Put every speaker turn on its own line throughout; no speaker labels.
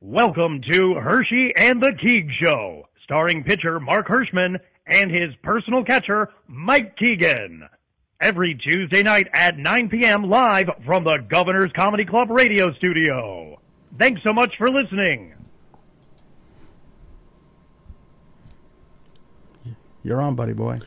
Welcome to Hershey and the Keeg Show, starring pitcher Mark Hirschman and his personal catcher, Mike Keegan. Every Tuesday night at 9 p.m. live from the Governor's Comedy Club radio studio. Thanks so much for listening.
You're on, buddy boy.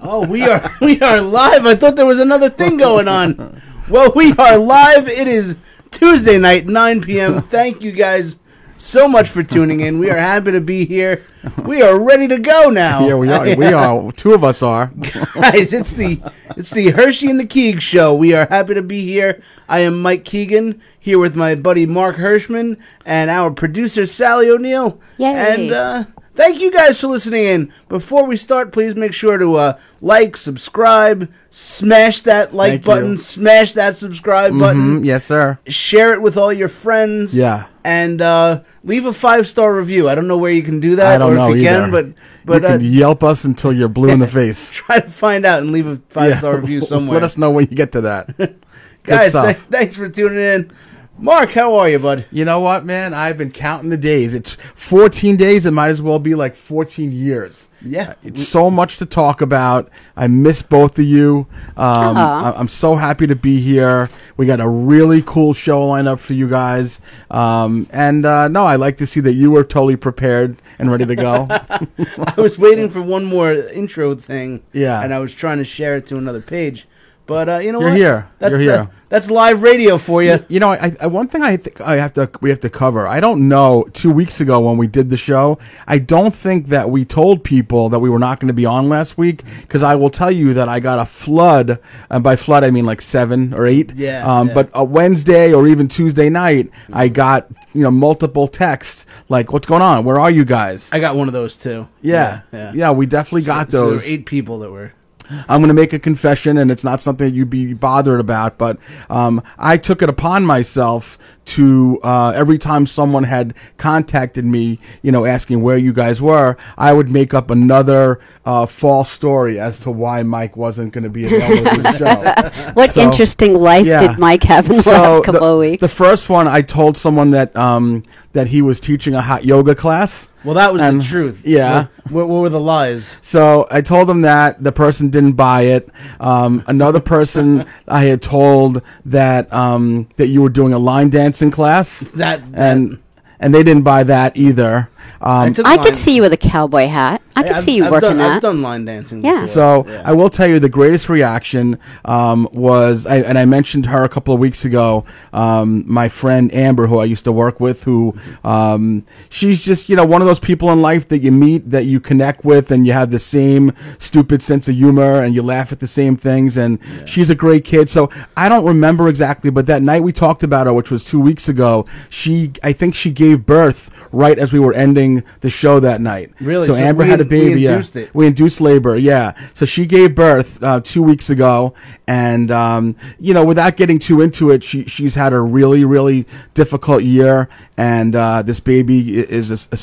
Oh, we are we are live. I thought there was another thing going on. Well, we are live. It is Tuesday night, 9 p.m. Thank you guys so much for tuning in. We are happy to be here. We are ready to go now.
Yeah, we are. We are. Two of us are.
guys, it's the it's the Hershey and the Keeg show. We are happy to be here. I am Mike Keegan here with my buddy Mark Hirschman and our producer Sally O'Neill.
Yay.
And uh, thank you guys for listening in. Before we start, please make sure to uh, like, subscribe, smash that like
Thank you.
button, smash that subscribe button,
Mm, yes, sir.
share it with all your friends.
Yeah.
And uh, leave a five star review. I don't know where you can do that
I don't
or
know
if you
either.
can, but but
you
uh,
can yelp us until you're blue in the face.
try to find out and leave a five star review somewhere.
Let us know when you get to that.
Guys,
stuff.
th- thanks for tuning in. Mark, how are you, bud?
you know what, man? I've been counting the days. It's 14 days. It might as well be like 14 years.
Yeah.
It's so much to talk about. I miss both of you. Um,
Aw.
I- I'm so happy to be here. We got a really cool show lined up for you guys. Um, and uh, no, I like to see that you were totally prepared and ready to go.
I was waiting for one more intro thing.
Yeah.
And I was trying to share it to another page. But uh, you know
You're
what?
here.
That's
You're
the-
here.
that's live radio for you.
you know, I, I one thing I think I have to we have to cover. I don't know. Two weeks ago when we did the show, I don't think that we told people that we were not going to be on last week because I will tell you that I got a flood, and by flood I mean like seven or eight.
Yeah,
Um,
yeah.
But a Wednesday or even Tuesday night, I got you know multiple texts like, "What's going on? Where are you guys?"
I got one of those too.
yeah, yeah,
Yeah.
we definitely got
So there were
those.
eight people that were.
I'm going to make a confession, and it's not something that you'd be bothered about, but um, I took it upon myself to uh, every time someone had contacted me, you know, asking where you guys were, I would make up another uh, false story as to why Mike wasn't going to be available for the show.
What
So-
interesting life
Yeah.
did Mike have in the last couple
the,
of weeks?
the first one, I told someone that um, that he was teaching a hot yoga class.
Well, that was
And-
the truth.
yeah.
What, what were the lies?
So I told them that the person didn't buy it. Um, another person I had told that um, that you were doing a line dancing class.
That- that-
and and they didn't buy that either. Um,
took
I
line-
could see you with a cowboy hat. I could
I've-
see you
I've
working
done,
that.
I've done line dancing.
Yeah.
before.
So
Yeah.
I will tell you the greatest reaction um, was, I, and I mentioned her a couple of weeks ago. Um, my friend Amber, who I used to work with, who um, she's just you know one of those people in life that you meet that you connect with, and you have the same stupid sense of humor, and you laugh at the same things. And she's a great kid. So I don't remember exactly, but that night we talked about her, which was two weeks ago. She, I think she gave birth right as we were ending the show that night.
Really?
So,
So
Amber
we
had a
in- we
baby. yeah.
induced it.
We induced labor, yeah. So she gave birth uh, two weeks ago, and um, you know, without getting too into it, she she's had a really really difficult year, and uh, this baby i- is a, s- a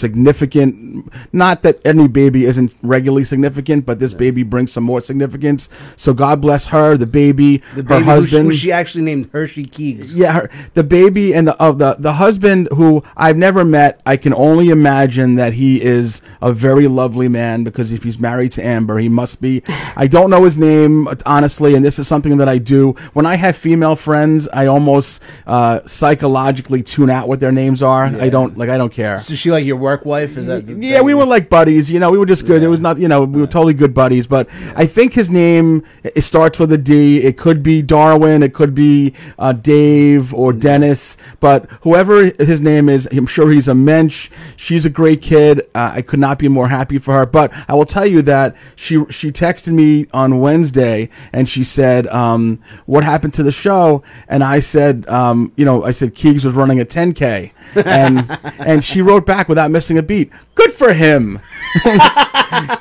significant. Not that any baby isn't regularly significant, but this baby brings some more significance. So God bless her, the baby, her
the baby who she-
husband.
who she actually named Hershey Keegs.
Yeah, her, the baby and the of the the husband who I've never met. I can only imagine that he is a very lovely man because if he's married to Amber, he must be. I don't know his name honestly, and this is something that I do when I have female friends. I almost uh, psychologically tune out what their names are. I don't like. I don't care.
So she like your work wife? Is that? the
Yeah, we
thing?
were like buddies. You know, we were just good. It was not, you know, we were totally good buddies. But I think his name it starts with a D. It could be Darwin. It could be uh, Dave
Mm.
or Dennis. But whoever his name is, I'm sure he's a mensch. She's a great kid. Uh, I could not be more happy for her. But I will tell you that she she texted me on Wednesday and she said, um, "What happened to the show?" And I said, um, "You know, I said Keegs was running a 10k." and and she wrote back without missing a beat. Good for him.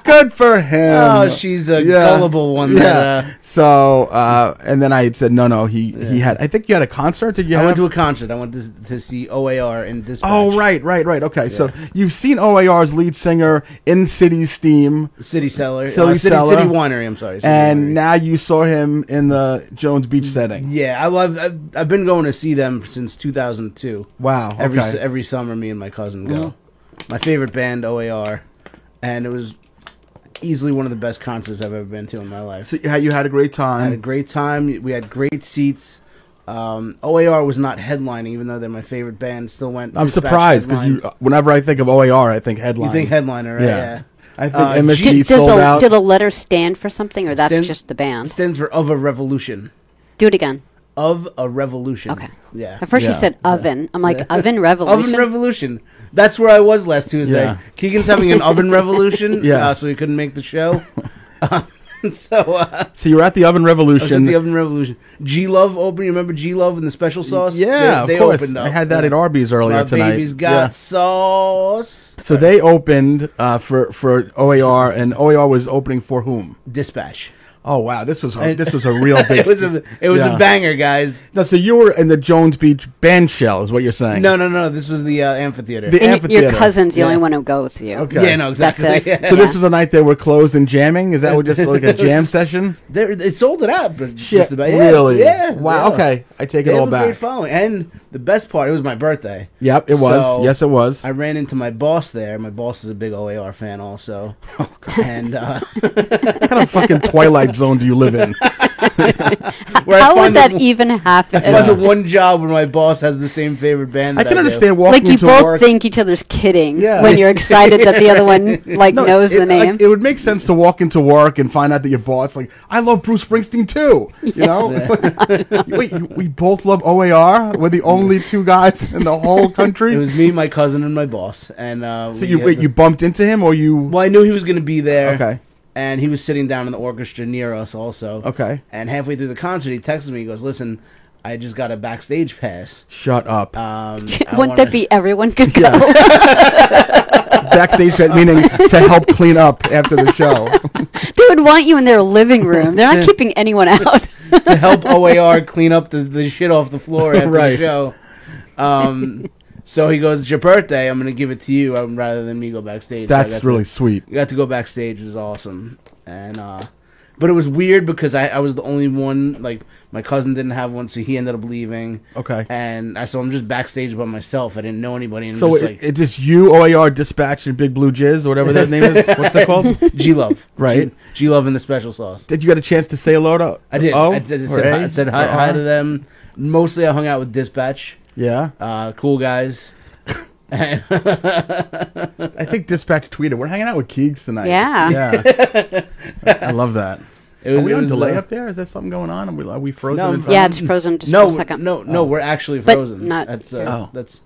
Good for him.
Oh, she's a gullible one that, uh,
so uh, and then I had said no, no. He he had. I think you had a concert. Did you?
I
have?
went to a concert. I went to, to see OAR in Dispatch.
Oh right, right, right. Okay, so you've seen OAR's lead singer in City Steam,
City Cellar.
Silly
uh, City,
Cellar.
City Winery, I'm sorry. City
and
Winery.
now you saw him in the Jones Beach setting.
Yeah, I, I've, I've, I've been going to see them since 2002.
Wow,
Every every
Okay.
every summer, me and my cousin go. My favorite band, OAR, and it was easily one of the best concerts I've ever been to in my life.
So you had, you had a great time.
had a great time. We had great seats. Um, OAR was not headlining, even though they're my favorite band. Still went.
I'm
just past
surprised because
headline.
you. uh, Whenever I think of OAR, I think headline.
You think headliner, right?
Yeah.
Yeah.
I think
Uh,
MSG
Do, does
sold
the,
out.
do the letters stand for something, or that's
Stand-
just the band?
Stands for of a revolution.
Do it again.
Of a revolution.
Okay.
Yeah.
At first, you
Yeah.
said oven. I'm like oven
Oven
revolution.
revolution. That's where I was last Tuesday.
Yeah.
Keegan's having an oven revolution.
Yeah.
uh, so he couldn't make the show. Uh, so uh,
so you were at the Oven
I was at
Revolution.
the oven revolution. G Love opened. You remember G Love and the special sauce?
yeah,
They-
of
they
course.
opened up.
I had that at Arby's earlier
My
tonight.
baby's got
Yeah.
sauce.
So they opened uh, for for OAR, and OAR was opening for whom?
Dispatch.
Oh wow, this was a, this was a real big.
It was a it was
Yeah.
a banger, guys.
No, so you were in the Jones Beach band shell, is what you're saying?
No, no, no. This was the uh, amphitheater.
The
and y- your
amphitheater.
cousin's the
Yeah.
only one who go with you.
Okay.
yeah, no, exactly.
That's it.
Yeah.
So this was a night they were closed and jamming. Is that what just like a jam session?
They it sold it out, but
Shit,
just about yeah, it's-
really?
yeah.
Wow,
yeah.
okay. I take it
They
all
have a
back.
Great following. And the best part, it was my birthday.
Yep, it was.
So,
yes, it was.
I ran into my boss there. My boss is a big OAR fan, also.
Oh,
and uh,
what kind of fucking twilight zone do you live in?
where I
How
find
would that
the,
even happen?
I find the one job where my boss has the same favorite band.
I
that
can
do.
understand walking
Like you
to
both
work.
think each other's kidding
Yeah.
when you're excited that the other one like
No,
knows
it,
the
like,
name.
it would make sense to walk into work and find out that your boss like, I love Bruce Springsteen too. You know, wait, you, we both love OAR. We're the only two guys in the whole country.
It was me, my cousin, and my boss. And uh,
so you wait, you bumped into him or you?
Well, I knew he was going to be there.
Okay.
And he was sitting down in the orchestra near us also.
Okay.
And halfway through the concert, he texted me. He goes, "Listen, I just got a backstage pass.
Shut up.
Um, I
Wouldn't
wanna-
that be everyone could go?
Backstage, pass, meaning to help clean up after the show.
They would want you in their living room. They're not keeping anyone out.
to help OAR clean up the, the shit off the floor after
Right.
the show. Um, so he goes, "It's your birthday. I'm gonna give it to you um, rather than me go backstage." So I got
That's
to-
really sweet.
I got to go backstage. It was awesome, and uh, but it was weird because I, I was the only one. Like my cousin didn't have one, so he ended up leaving.
Okay.
and I so I'm just backstage by myself. I didn't know anybody. And
So it,
so like,
it's just you, OAR, Dispatch, and Big Blue Jizz, or whatever their name is. What's that called?
G Love,
Right.
G Love and the special sauce.
Did you get a chance to say hello to?
I did.
O
I did, I
or
said, hi,
A
I said
or
hi, hi
R?
to them. Mostly, I hung out with Dispatch.
Yeah,
Uh, cool guys.
I think Dispatch tweeted, "We're hanging out with Keegs tonight."
Yeah.
yeah. I love that.
It was,
Are we
it
on
was,
delay
uh,
up there? Is there something going on? Are we, are we frozen?
No,
in time?
yeah, it's frozen just
No,
for a second.
no, no. We're actually
But
frozen.
not-
that's uh,
Oh.
that's.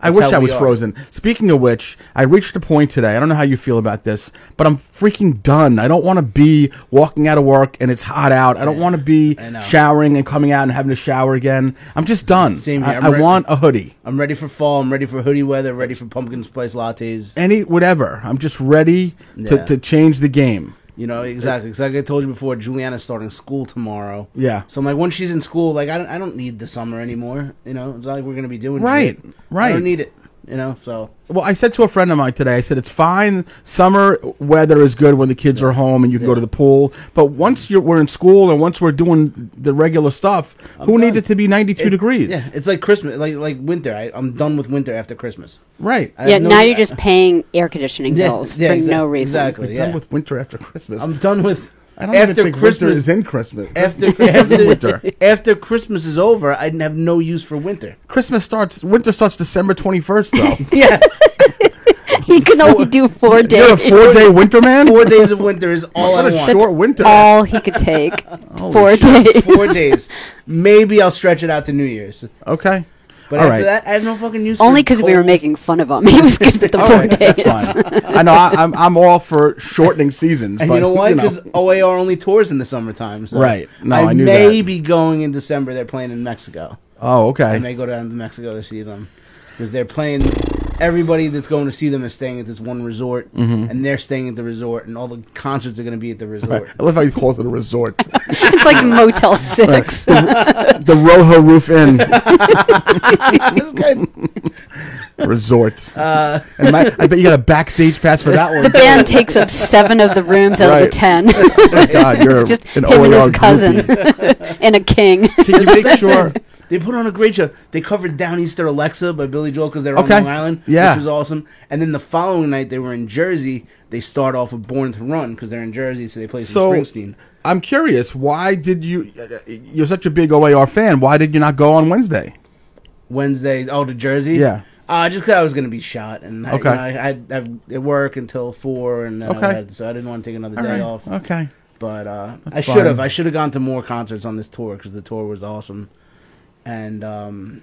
I
that's
wish
how
I
we
was
are.
frozen. Speaking of which, I reached a point today. I don't know how you feel about this, but I'm freaking done. I don't want to be walking out of work and it's hot out. I don't want to be
I know.
showering and coming out and having to shower again. I'm just done.
Same here.
I,
I'm
I
re-
want a hoodie.
I'm ready for fall. I'm ready for hoodie weather. Ready for pumpkin spice lattes.
Any whatever. I'm just ready
Yeah.
to, to change the game.
You know exactly. 'Cause like I told you before, Juliana's starting school tomorrow.
Yeah.
So I'm like, once she's in school, like I don't, I don't need the summer anymore. You know, it's not like we're gonna be doing
Right,
shit.
right.
I don't need it. You know, so
Well, I said to a friend of mine today, I said it's fine. Summer weather is good when the kids are home and you can go to the pool. But once you're, we're in school and once we're doing the regular stuff, who
done.
needs it to be 92 degrees?
yeah, it's like Christmas, like like winter. I, I'm done with winter after Christmas.
Right.
I
Yeah,
have no-
now you're just paying air conditioning
Yeah,
bills
yeah,
for
exac-
no reason.
Exactly.
done
yeah.
with winter after Christmas.
I'm done with.
I don't
Um, after
even think
Christmas
winter is in Christmas.
after
Winter.
after, after Christmas is over, I have no use for winter.
Christmas starts. Winter starts December 21st, though.
Yeah,
He can only do four
you're a
days.
four-day winter man.
four days of winter is all I
What a
want.
short winter.
All he could take. four days.
Four days. Maybe I'll stretch it out to New Year's.
okay.
But
All
after
right.
that, I have no fucking use.
Only
because
because we were making fun of him. He was good with the four
Alright,
days.
that's fine. I know. I, I'm I'm all for shortening seasons.
And
but,
you know why? Because OAR only tours in the summertime. So
Right. No, I knew
may
that.
be going in December. They're playing in Mexico.
oh, okay.
I may go down to Mexico to see them because they're playing. Everybody that's going to see them is staying at this one resort,
Mm-hmm.
and they're staying at the resort, and all the concerts are going to be at the resort.
I love how he calls it a resort.
It's like Motel 6.
the Rojo Roof Inn
That's good.
Resort.
Uh.
and my, I bet you got a backstage pass for that
the
one.
band takes up seven of the rooms out of
Right.
the ten.
God, you're
it's just
an
him and
OAR
his
groupie.
cousin and a king.
Can you make sure?
They put on a great show. They covered Down Easter Alexa by Billy Joel because they were
Okay.
on Long Island,
Yeah.
which was awesome. And then the following night they were in Jersey. They start off with Born to Run because they're in Jersey, so they play some
So
Springsteen.
I'm curious, why did you? You're such a big OAR fan. Why did you not go on Wednesday?
Wednesday. Oh, to Jersey.
Yeah.
Uh, just 'cause I was gonna be shot, and I, you
Okay.
know, I had I had at work until four, and then I
Okay.
had- so I didn't want to take another day off.
Okay.
But uh, I should
fine.
have. I should have gone to more concerts on this tour because the tour was awesome, and um,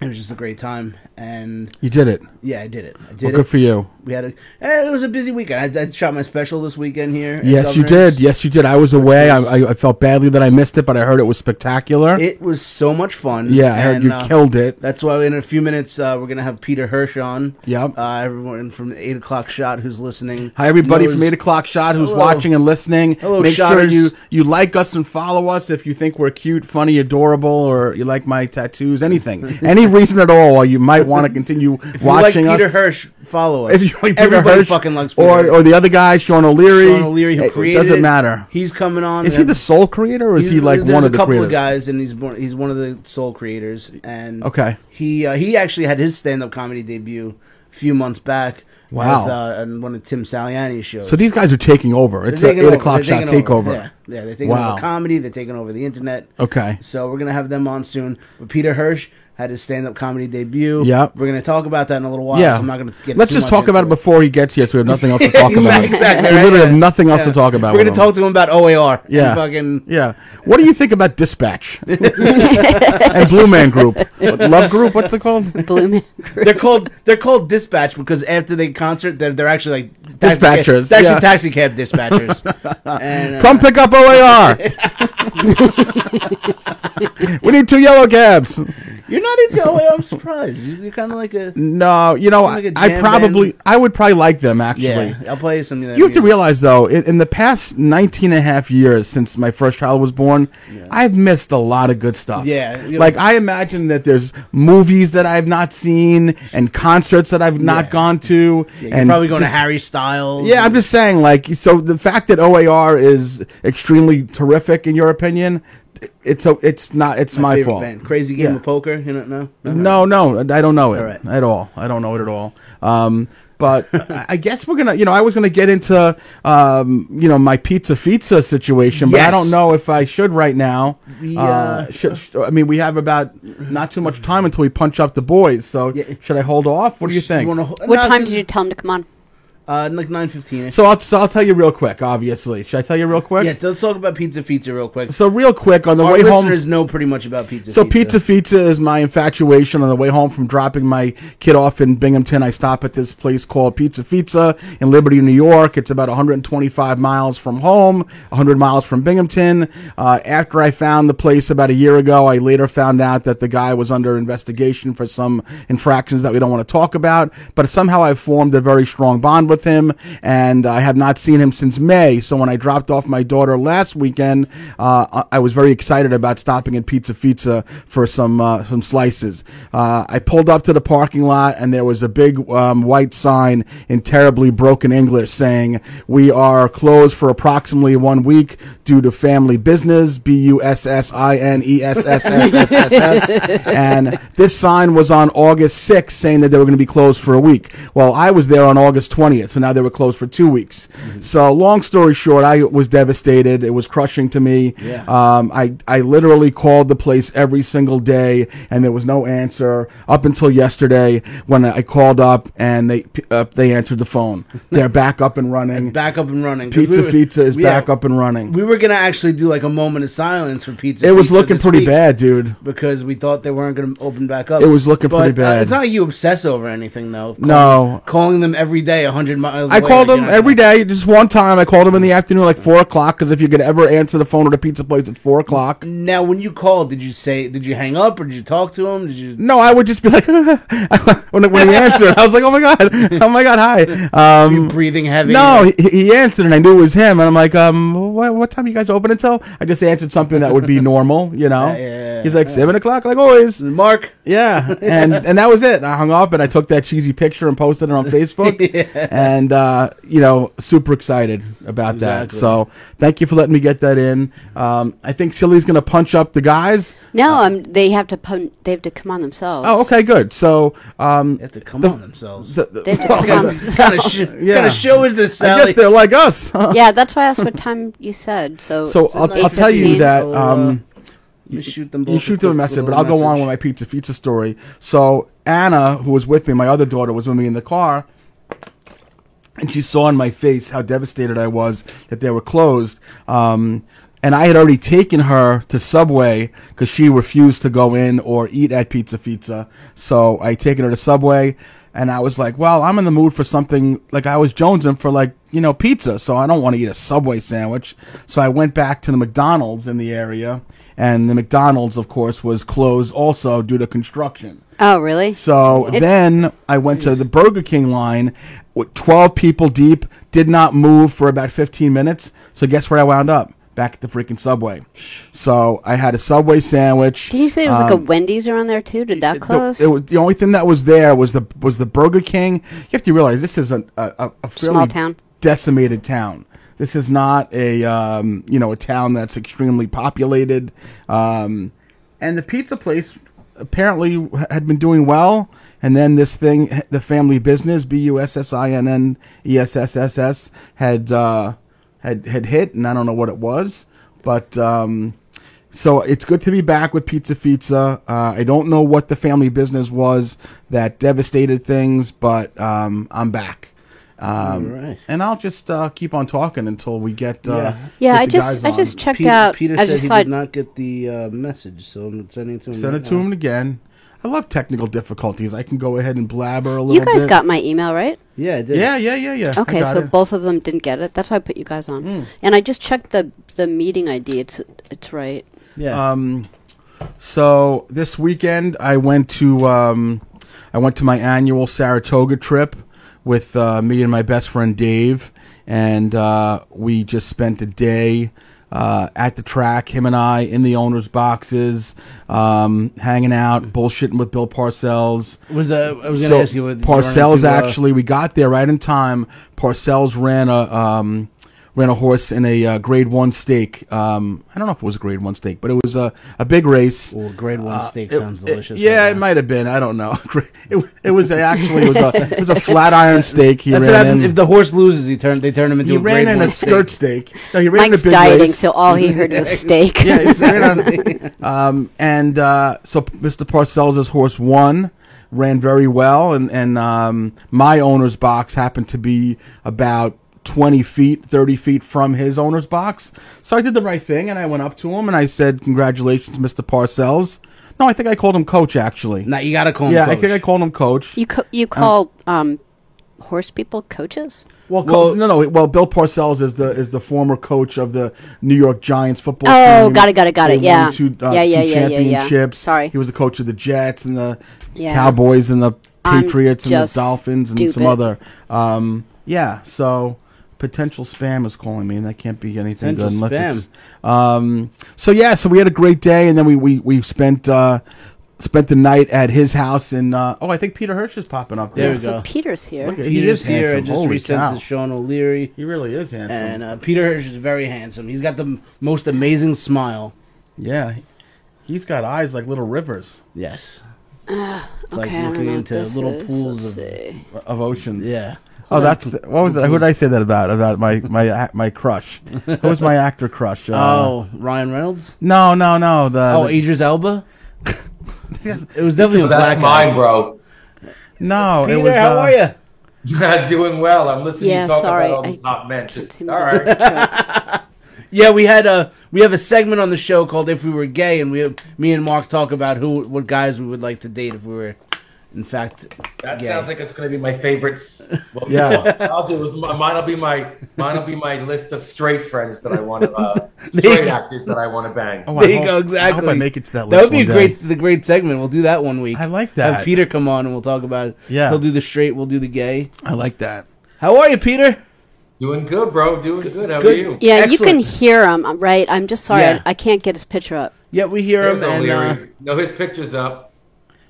it was just a great time. And
You did it.
yeah, I did it. I did
Well,
it.
good for you.
we had a. eh, It was a busy weekend. I, I shot my special this weekend here. at
Yes, you
Governor's.
did. Yes, you did. I was away. I, I, I felt badly that I missed it, but I heard it was spectacular.
It was so much fun.
yeah, I heard
and,
you
uh,
killed it.
That's why in a few minutes uh, we're gonna have Peter Hirsch on.
Yep.
Uh, everyone from the eight o'clock shot who's listening.
Hi, everybody
knows-
from 8 o'clock shot who's
Hello.
watching and listening.
Hello,
Make
shotters.
sure you, you like us and follow us if you think we're cute, funny, adorable, or you like my tattoos, anything. Any reason at all why you might want to continue
If you
watching
like Peter
us.
Hirsch, follow us.
If you like Peter
everybody
Hirsch
fucking likes Peter
or,
Hirsch.
or the other guy, Sean O'Leary.
Sean O'Leary, who
it,
created
doesn't
it.
matter.
He's coming on.
Is
and
he the sole creator or is he
he's-
like
there's
one
a
of the
couple
creators?
of guys, and he's one, he's one of the sole creators. And
Okay.
he uh, he actually had his stand up comedy debut a few months back.
Wow.
with, uh, and one of Tim Saliani's shows.
So these guys are taking over. It's
They're
an
taking
8
over.
o'clock
They're
shot
taking
takeover.
Yeah, yeah, they're taking
Wow.
over comedy. They're taking over the internet.
Okay.
So we're gonna have them on soon. But Peter Hirsch had his stand-up comedy debut.
Yep.
We're gonna talk about that in a little while.
Yeah,
So I'm not gonna get.
Let's
too
just
much
talk
into
about it before he gets here, so we have nothing else to talk about.
exactly.
We
right,
literally
yeah.
have nothing else
Yeah.
to talk about.
We're
with
gonna
him.
talk to him about OAR. and
Yeah.
Fucking.
Yeah. What do you think about Dispatch and Blue Man Group? What, Love Group? What's it called?
Blue Man Group.
They're called they're called dispatch because after they concert they're, they're actually like taxi
Dispatchers,
cab- they're
yeah.
actually taxi cab dispatchers. and, uh,
Come pick up OAR. we need two yellow cabs.
you're not into OAR. I'm surprised. You- You're kind of like a
No, you know,
Like a
I
jam
probably,
band.
I would probably like them actually.
yeah. I'll play you something.
You have to realize, though, in, in the past 19 and a half years since my first child was born, I've missed a lot of good stuff.
Yeah, you know-
Like, I imagine that there's movies that I've not seen and concerts that I've not
Yeah.
gone to.
You're
and
probably going
just-
to Harry Styles.
Yeah, I'm
and-
just saying, like, so the fact that OAR is extremely terrific, in your opinion, it's a, it's not, it's my,
favorite
fault.
band. Crazy Game
Yeah.
of Poker. You don't know?
No, no, I don't know it
All right.
at all. I don't know it at all. Um, but I I guess we're gonna, you know, I was gonna get into, um, you know, my pizza pizza situation, but I
Yes.
don't know if I should right now.
We,
Uh,
uh,
should, sh- I mean, we have about not too much time until we punch up the boys. So should I hold off? What do you think?
What time did you tell him to come on?
Uh, like nine fifteen.
so I'll so I'll tell you real quick. Obviously, should I tell you real quick?
yeah, let's talk about Pizza Pizza real quick.
So real quick on the
Our
way home.
listeners know pretty much about Pizza.
So pizza pizza is my infatuation. On the way home from dropping my kid off in Binghamton, I stop at this place called Pizza Pizza in Liberty, New York. It's about 125 miles from home, 100 miles from Binghamton. Uh, after I found the place about a year ago, I later found out that the guy was under investigation for some infractions that we don't want to talk about. But somehow I formed a very strong bond with him, and I have not seen him since May. So when I dropped off my daughter last weekend, uh, I- I was very excited about stopping at Pizza Pizza for some uh, some slices. Uh, I pulled up to the parking lot, and there was a big um, white sign in terribly broken English saying, "We are closed for approximately one week due to family business." B U S S I N E S S S S S S. And this sign was on August 6th, saying that they were going to be closed for a week. Well, I was there on August 20th, so now they were closed for two weeks.
Mm-hmm.
So, long story short, I was devastated. It was crushing to me.
Yeah.
Um, I, I literally called the place every single day and there was no answer up until yesterday when I called up and they uh, they answered the phone. They're back up and running.
back up and running. 'Cause
Pizza
we were-
Pizza is
we-
back
yeah,
up and running.
We were gonna actually do like a moment of silence for Pizza.
it was
Pizza
looking
this
pretty
week
bad, dude.
because we thought they weren't gonna open back up.
It was looking
But,
pretty
uh,
bad.
it's not like you obsess over anything though. Calling-
No.
calling them every day, hundred miles.
I
away,
called
like,
him
you're not-
every day, just one time. I called him in the afternoon, like four o'clock, because if you could ever answer the phone at a pizza place at four o'clock,
Now, when you called, did you say? Did you hang up or did you talk to him? Did you?
no, I would just be like, when when he answered, I was like, oh my god, oh my god, hi. Um,
you breathing heavy.
no,
Like,
he, he answered, and I knew it was him, and I'm like, um, what, what time you guys open until? I just answered something that would be normal, you know.
Yeah, yeah, yeah,
He's like seven o'clock, like always.
Mark.
Yeah, and and that was it. I hung up and I took that cheesy picture and posted it on Facebook, and uh, you know, super excited about that.
Exactly.
So thank you for letting me get that in. Um, I think Silly's going to punch up the guys.
No, um, they have to pun- they have to come on themselves.
Oh, okay, good. So um,
They have to come on themselves.
the, the-
They have to come on
what kind of,
themselves.
sh-
Yeah.
kind of show is this,
I
Sally?
guess they're like us.
yeah, that's why I asked what time you said. So
so I'll, I'll tell you
8:15.
that.
I'll,
Um,
you shoot them.
you shoot them a message, but I'll go on with my pizza pizza story. So Anna, who was with me, my other daughter was with me in the car, and she saw in my face how devastated I was that they were closed. Um, and I had already taken her to Subway because she refused to go in or eat at Pizza Pizza. So I taken her to Subway, and I was like, "Well, I'm in the mood for something like I was jonesing for like you know pizza, so I don't want to eat a Subway sandwich." So I went back to the McDonald's in the area, and the McDonald's, of course, was closed also due to construction.
Oh, really?
So then I went to the Burger King line, with 12 people deep, did not move for about 15 minutes. So guess where I wound up? Back at the freaking Subway. So I had a Subway sandwich.
Did you say there was like a Wendy's around there too? Did that
The-
close?
um, it was, the only thing that was there was the was the Burger King. You have to realize this is a, a, a- a fairly
Small town.
decimated town. This is not a um, you know a town that's extremely populated, um, and the pizza place apparently h- had been doing well. And then this thing, h- the family business, B U S S I N N E S S S S, had uh, had had hit, and I don't know what it was, but. Um, so it's good to be back with Pizza Pizza. Uh, I don't know what the family business was that devastated things, but um, I'm back. Um,
All right.
And I'll just uh, keep on talking until we get. Uh,
Yeah.
yeah,
get
I
the
just
guys
I
on.
just checked
Peter,
out.
Peter
I
said
just
he
thought
did not get the uh, message, so I'm sending it to him.
send it
right
to
now.
him again. I love technical difficulties. I can go ahead and blabber a little.
you guys
bit.
got my email right.
Yeah, I did.
Yeah, yeah, yeah, yeah. I
Okay,
got
so
it. Hmm.
both of them didn't get it. That's why I put you guys on. And I just checked the the meeting ID. It's it's right.
yeah.
Um, so this weekend I went to um, I went to my annual Saratoga trip with uh, me and my best friend Dave, and uh, we just spent a day. Uh, at the track, him and I in the owners' boxes, um, hanging out, bullshitting with Bill Parcells.
was uh, I was gonna
So
ask you. whether you wanted
Parcells
to, uh,
actually, we got there right in time. Parcells ran a um, ran a horse in a uh, Grade One stake. Um, I don't know if it was a Grade One stake, but it was a, a big race.
Well, grade one steak
uh, It-
sounds
it-
delicious.
yeah,
right
it
now.
might have been. I don't know. It, it was actually it was a it was a flat iron stake. He
That's what
ran
happens
in.
if the horse loses. He turn they turn him into
he
a grade
ran in
one
a skirt stake. No, he ran
Mike's
in a big
dieting,
race.
so all he heard was steak.
yeah, he's right on. Um, and uh, so Mr. Parcells' horse won, ran very well, and and um, my owner's box happened to be about. 20 feet, 30 feet from his owner's box. So I did the right thing and I went up to him and I said, Congratulations, Mr. Parcells. No, I think I called him coach actually.
Now you gotta call him.
yeah, I
coach.
think I called him coach.
You co-
Uh-huh.
you call um, horse people coaches?
Well,
Well-
co- no, no. Well, Bill Parcells is the is the former coach of the New York Giants football
Oh,
team.
got it, got it, got
They
it, yeah.
won two, uh,
Yeah, yeah,
two
yeah, yeah, yeah.
championships.
Sorry.
he was the coach of the Jets and the
Yeah.
Cowboys and the
I'm
Patriots and the
just
Dolphins and some
stupid.
other. Um, yeah. So potential spam is calling me, and that can't be anything
Potential
good
spam.
unless it's um, so yeah, so we had a great day, and then we we, we spent uh, spent the night at his house. And uh, oh, I think Peter Hirsch is popping up
There
there.
we
so
go.
Peter's here.
Look at- he is
Peter's here.
handsome.
I just
Holy
resent
cow!
to Sean O'Leary,
He really is handsome.
and uh, Peter Hirsch is very handsome. He's got the m- most amazing smile.
yeah, he's got eyes like little rivers
Yes, it's
okay,
like
I don't
looking
know
into
what this
little
is.
pools
Let's
of
see.
of oceans.
yeah.
Oh, that's the, what was it? Who did I say that about? About my my ac- my crush? Who was my actor crush? Uh,
Oh, Ryan Reynolds.
no, no, no. The,
Oh,
the-
Idris Elba.
yes,
It was definitely a black
That's
guy.
mine, bro.
no.
Peter,
it was.
how
uh,
are you?
Doing well. I'm listening to
Yeah,
you talk
sorry,
about all
I
these hot men. Just, all
Tim
right.
doesn't try.
Yeah, we had a we have a segment on the show called "If We Were Gay," and we me and Mark talk about who what guys we would like to date if we were, in fact,
That
gay.
sounds like it's going to be my favorite. s- Well,
Yeah.
I'll do. Is, mine will be my mine will be my list of straight friends that I want to uh,
you
straight
go.
actors that I want to bang.
Oh, I
There you
hope-
go. Exactly.
I hope I make it to that. list
That would be
one
a
day.
great the great segment. We'll do that one week.
I like that.
Have Peter come on and we'll talk about it.
Yeah.
He'll do the straight. We'll do the gay.
I like that.
How are you, Peter?
Doing good, bro. Doing good. How
Good.
are you?
yeah, you can
Excellent.
hear him, uh, right? I'm just sorry,
Yeah.
I, I can't get his picture up.
Yeah, we hear
There's
him. And, uh,
O'Leary. no, his picture's up.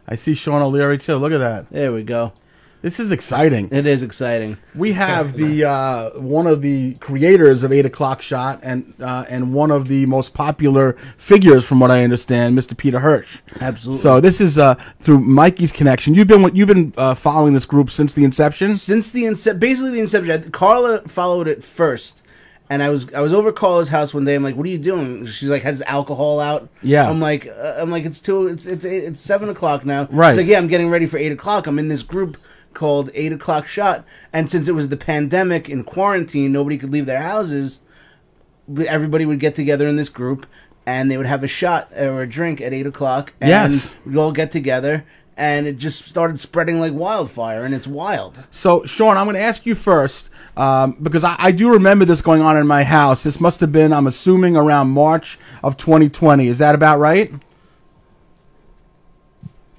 I see Sean O'Leary too. Look at that.
there we go.
This is exciting.
It is exciting.
We have the uh, one of the creators of Eight O'clock Shot and uh, and one of the most popular figures, from what I understand, Mr. Peter Hirsch.
Absolutely.
So this is uh, through Mikey's connection. You've been with- you've been uh, following this group since the inception.
Since the inception, basically the inception, I- Carla followed it first. And I was I was over Carla's house one day. I'm like, "What are you doing?" She's like, "Has alcohol out?"
Yeah.
I'm like, uh, "I'm like, it's two. It's it's eight, it's seven o'clock now."
Right.
She's like, "Yeah, I'm getting ready for eight o'clock. I'm in this group called Eight O'clock Shot." And since it was the pandemic and quarantine, nobody could leave their houses. everybody would get together in this group and they would have a shot or a drink at eight o'clock and
Yes.
we'd all get together and it just started spreading like wildfire and it's wild
So, Sean, I'm going to ask you first um, because I, I do remember this going on in my house. This must have been, I'm assuming, around March of 2020. Is that about right?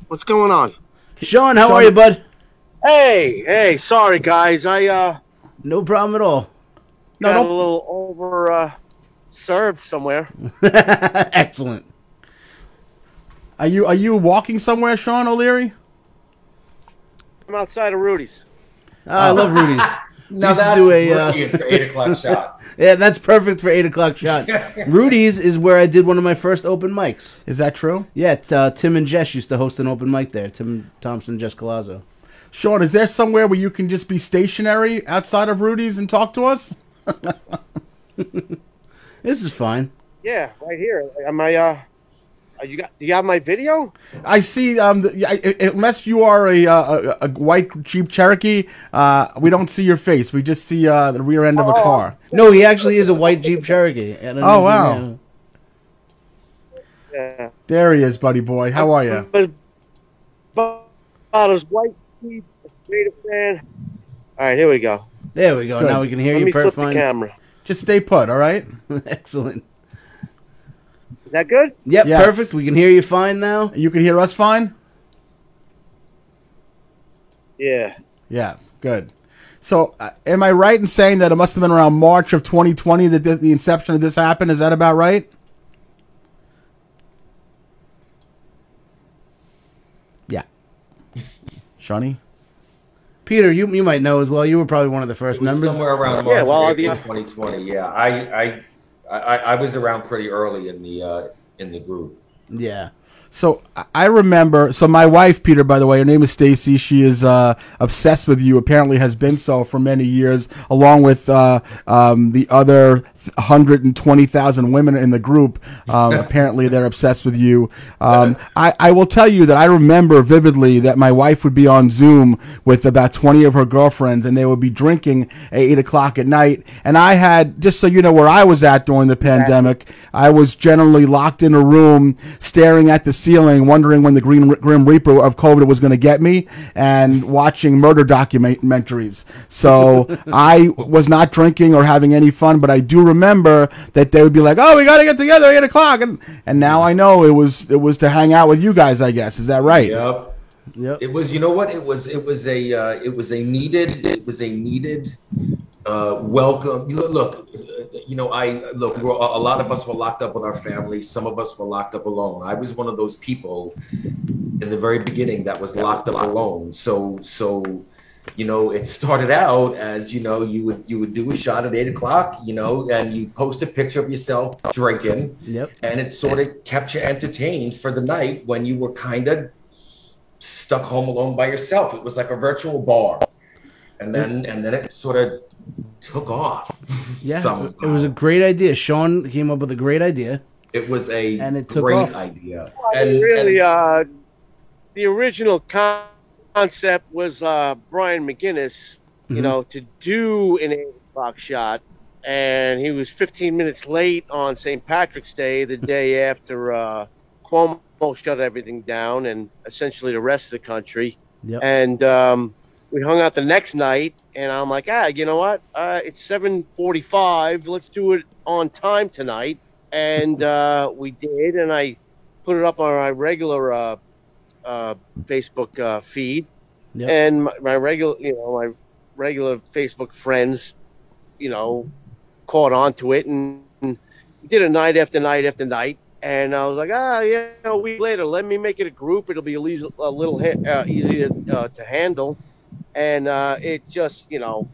What's going on?
sean how
Sean-
are you bud
Hey, hey, sorry guys. I uh
no problem at all
No,
got
don't-
a little over uh served somewhere.
excellent
Are you are you walking somewhere, Sean O'Leary?
I'm outside of Rudy's.
Ah, i love rudy's
Now
used to
that's
do a, uh,
rookie for eight o'clock shot.
yeah that's perfect for eight o'clock shot rudy's is where i did one of my first open mics
Is that true?
yeah t- uh, tim and jess used to host an open mic there tim thompson jess Colazzo.
Sean, is there somewhere where you can just be stationary outside of Rudy's and talk to us?
this is fine
Yeah, right here. Am I uh are you got do you have my video?
I see. Um, the, yeah, I- I- unless you are a, uh, a, a white Jeep Cherokee, uh, we don't see your face. We just see uh, the rear end of a car.
no he actually is a white jeep cherokee I don't know if
Oh,
you
wow.
know.
Yeah.
There he is, buddy boy. How are you?
But but about as white sheep as Jada fan. Alright, here we go.
there we go
Good.
now we can hear
Let
you
me flip the
perfect
camera.
Just stay put. All right.
excellent
Is that good?
Yep,
Yes.
perfect. We can hear you fine now.
You can hear us fine.
Yeah.
Yeah, good. So, uh, am I right in saying that it must have been around March of 2020 that the, the inception of this happened? Is that about right? Yeah. Shawnee?
Peter, you you might know as well. You were probably one of the first members.
Somewhere around
Yeah,
March,
well,
April
the-
2020. Yeah, I, I, I, I was around pretty early in the uh, in the group.
Yeah.
So I- I remember. So my wife, Peter, by the way, her name is Stacy. She is uh, obsessed with you. Apparently, has been so for many years, along with uh, um, the other hundred and twenty thousand women in the group. Um, apparently, they're obsessed with you. Um, I, I will tell you that I remember vividly that my wife would be on Zoom with about twenty of her girlfriends, and they would be drinking at eight o'clock at night. And I had just so you know where I was at during the pandemic. I was generally locked in a room, staring at the ceiling, wondering when the Green Grim Reaper of COVID was going to get me, and watching murder documentaries. So I was not drinking or having any fun, but I do remember that they would be like, "Oh, we got to get together at eight o'clock," and and now I know it was it was to hang out with you guys. I guess is that right?
Yep.
Yep.
It was, you know what? It was, it was a, uh, it was a needed, it was a needed uh, welcome. You Look, look, uh, you know, I look. We're, a lot of us were locked up with our families. Some of us were locked up alone. I was one of those people in the very beginning that was locked up alone. So, so, you know, it started out as you know, you would you would do a shot at eight o'clock, you know, and you post a picture of yourself drinking.
Yep.
and it sort of kept you entertained for the night when you were kind of stuck home alone by yourself. It was like a virtual bar, and then and then it sort of took off.
Yeah.
somehow.
It was a great idea. Sean came up with a great idea.
it was a
and it took
great
off.
idea.
I mean, really uh the original con- concept was uh Brian McGinnis, you know, to do an eight o'clock shot and he was fifteen minutes late on St. Patrick's Day, the day after uh Cuomo shut everything down and essentially the rest of the country.
Yep.
And um we hung out the next night and I'm like, ah, you know what? Uh it's seven forty five, let's do it on time tonight. And uh we did and I put it up on my regular uh, uh, Facebook uh, feed,
Yep.
and my, my regular, you know, my regular Facebook friends, you know, caught on to it and, and did it night after night after night. And I was like, ah, yeah, a week later, let me make it a group. It'll be a, leas- a little he- uh, easy to, uh, to handle. and uh, it just you know,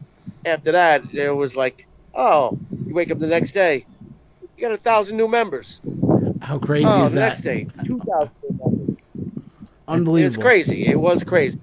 after that there was like, oh, you wake up the next day, you got a thousand new members.
How crazy
Oh,
is
the
that?
next day, two thousand new members. It's
Unbelievable.
crazy. It was crazy.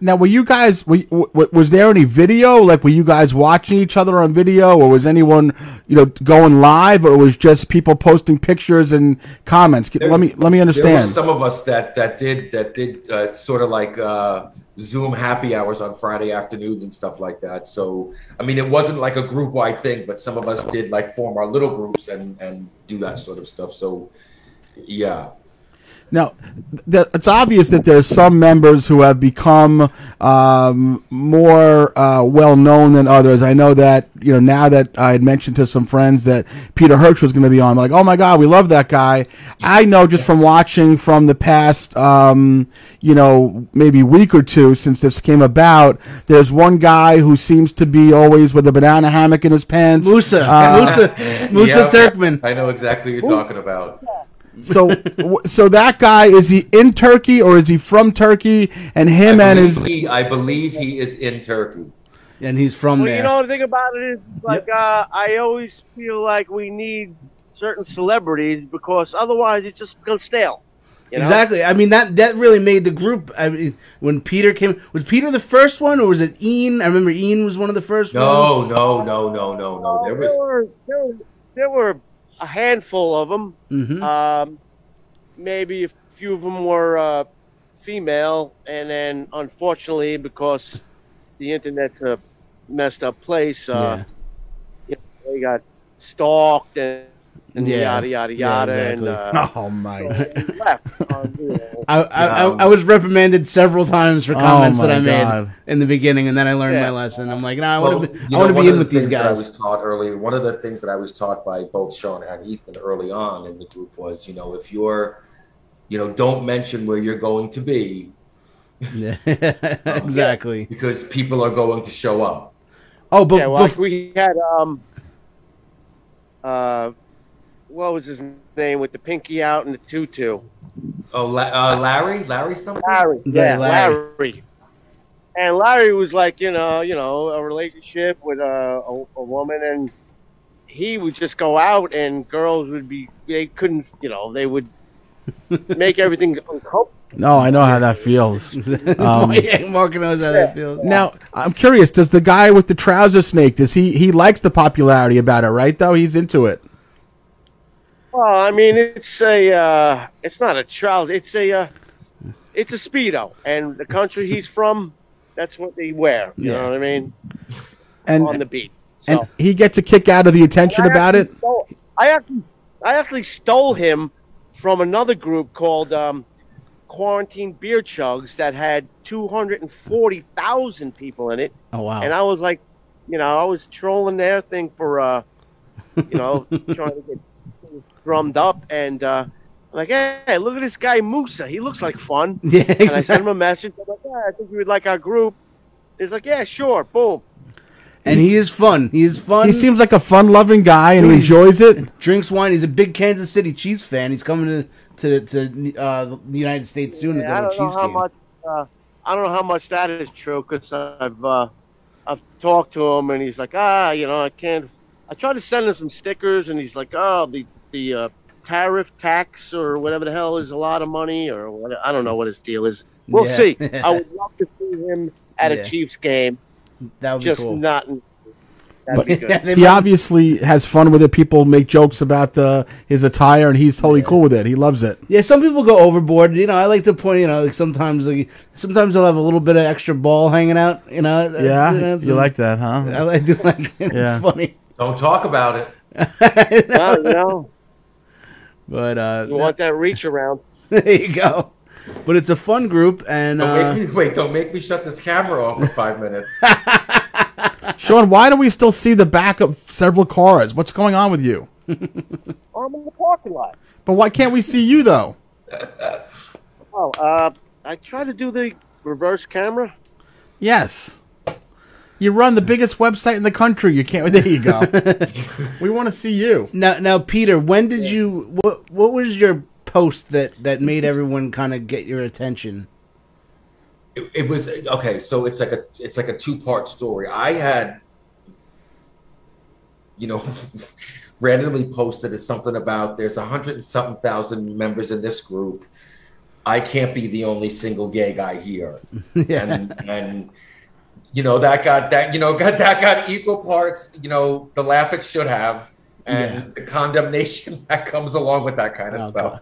Now, were you guys? Were, w- w- was there any video? Like, were you guys watching each other on video, or was anyone, you know, going live, or was just people posting pictures and comments? Get- let me let me
There were
understand.
some of us that that did that did uh, sort of like uh, Zoom happy hours on Friday afternoons and stuff like that. So I mean, it wasn't like a group wide thing, but some of us did like form our little groups and and do that sort of stuff. So yeah,
Now, th- it's obvious that there's some members who have become um, more uh, well known than others. I know that you know now that I had mentioned to some friends that Peter Hirsch was going to be on, like, oh my god, we love that guy. I know just from watching from the past, um, you know, maybe week or two since this came about. There's one guy who seems to be always with a banana hammock in his pants.
Musa,
Uh,
Musa, Musa
Yeah,
Turkman.
I know exactly what you're talking about.
So, w- so that guy is he in Turkey or is he from Turkey? And him and his
He- I believe he is in Turkey.
and he's from
Well,
there.
you know the thing about it is, like, uh, I always feel like we need certain celebrities because otherwise it just becomes stale. You know?
Exactly. I mean that that really made the group. I mean, when Peter came, was Peter the first one, or was it Ian? I remember Ian was one of the first. ones.
No, Uh, no, no, no, no, no. There
There
was
were there were, there were a handful of them.
Mhm.
Um, maybe a few of them were uh, female, and then unfortunately, because the internet's a messed up place, uh, you know, they got stalked and, and
Yeah.
yada yada
Yeah,
yada,
exactly.
and uh,
oh my.
left. Oh, On, you know,
I, I,
Um,
I, I was reprimanded several times for comments
Oh my
that I made
God.
in the beginning, and then I learned my
Yeah.
lesson. I'm like, nah, I want to
Well,
be,
you
I
know,
want to
one
be
of
in
the
with these
things that
guys.
I was taught earlier. One of the things that I was taught by both Sean and Ethan early on in the group was, you know, if you're, you know, don't mention where you're going to be
exactly.
because people are going to show up.
Oh, but
yeah, well,
bef-
we had um, uh, what was his name with the pinky out and the tutu?
Oh, La- uh, Larry, Larry, something.
Larry.
Yeah,
Yeah,
Larry.
Larry. And Larry was like, you know, you know, a relationship with a, a, a woman, and he would just go out, and girls would be, they couldn't, you know, they would make everything uncomfortable.
No, I know how that feels. Um,
yeah, Mark knows how that feels.
Now, I'm curious. Does the guy with the trouser snake? Does he he likes the popularity about it, right? Though he's into it.
Well, I mean, it's a, uh, it's not a child, it's a, uh, it's a speedo, and the country he's from, that's what they wear. You
Yeah.
know what I mean?
And
On the beat. So.
and he gets a kick out of the attention
I
about it.
actually stole- I actually, I actually stole him from another group called um, Quarantine Beer Chugs that had 240,000 people in it.
Oh
And
wow.
I was like, you know, I was trolling their thing for, uh, you know, trying to get drummed up. And uh, like, hey, look at this guy, Musa. He looks like fun.
Yeah,
And I
exactly.
sent him a message. I'm like, yeah, I think you would like our group. He's like, yeah, sure. Boom.
and he is fun. He is fun.
He seems like a fun-loving guy and who
Dude.
enjoys it.
drinks wine. He's a big Kansas City Chiefs fan. He's coming to to, to uh, the United States soon
Yeah,
to go
I don't
to a
know
Chiefs
how
game.
much. Uh, I don't know how much that is true because I've uh, I've talked to him and he's like, ah, you know, I can't. I tried to send him some stickers and he's like, oh, the the uh, tariff tax or whatever the hell is a lot of money or what, I don't know what his deal is. We'll
Yeah.
see. I would love to see him at
Yeah.
a Chiefs game,
that would be
just
cool.
not. In, that'd be good.
They
He
might-
obviously has fun with it. People make jokes about the his attire, and he's totally cool with it. He loves it.
Yeah, some people go overboard. You know, I like to point. You know, like sometimes, like sometimes they'll have a little bit of extra ball hanging out. You know, that's- you, know, some-
that, huh?
I like, do like
Yeah.
it's funny,
Don't talk about it.
no, no,
but uh,
you want that reach around?
there you go. But it's a fun group, and
Don't
uh,
make me, wait, don't make me shut this camera off for five minutes.
Sean, why do we still see the back of several cars? What's going on with you?
Oh, I'm in the parking lot.
But why can't we see you though?
Oh, uh, I tried to do the reverse camera.
Yes. You run the biggest website in the country. You can't. There you go. we want to see you.
now, now, Peter, when did you? What What was your post that that made everyone kind of get your attention?
it, it was okay so it's like a it's like a two part story i had you know randomly posted is something about there's a hundred and something thousand members in this group i can't be the only single gay guy here and and you know that got that you know got that got equal parts you know the laugh it should have and the condemnation that comes along with that kind of
Oh,
stuff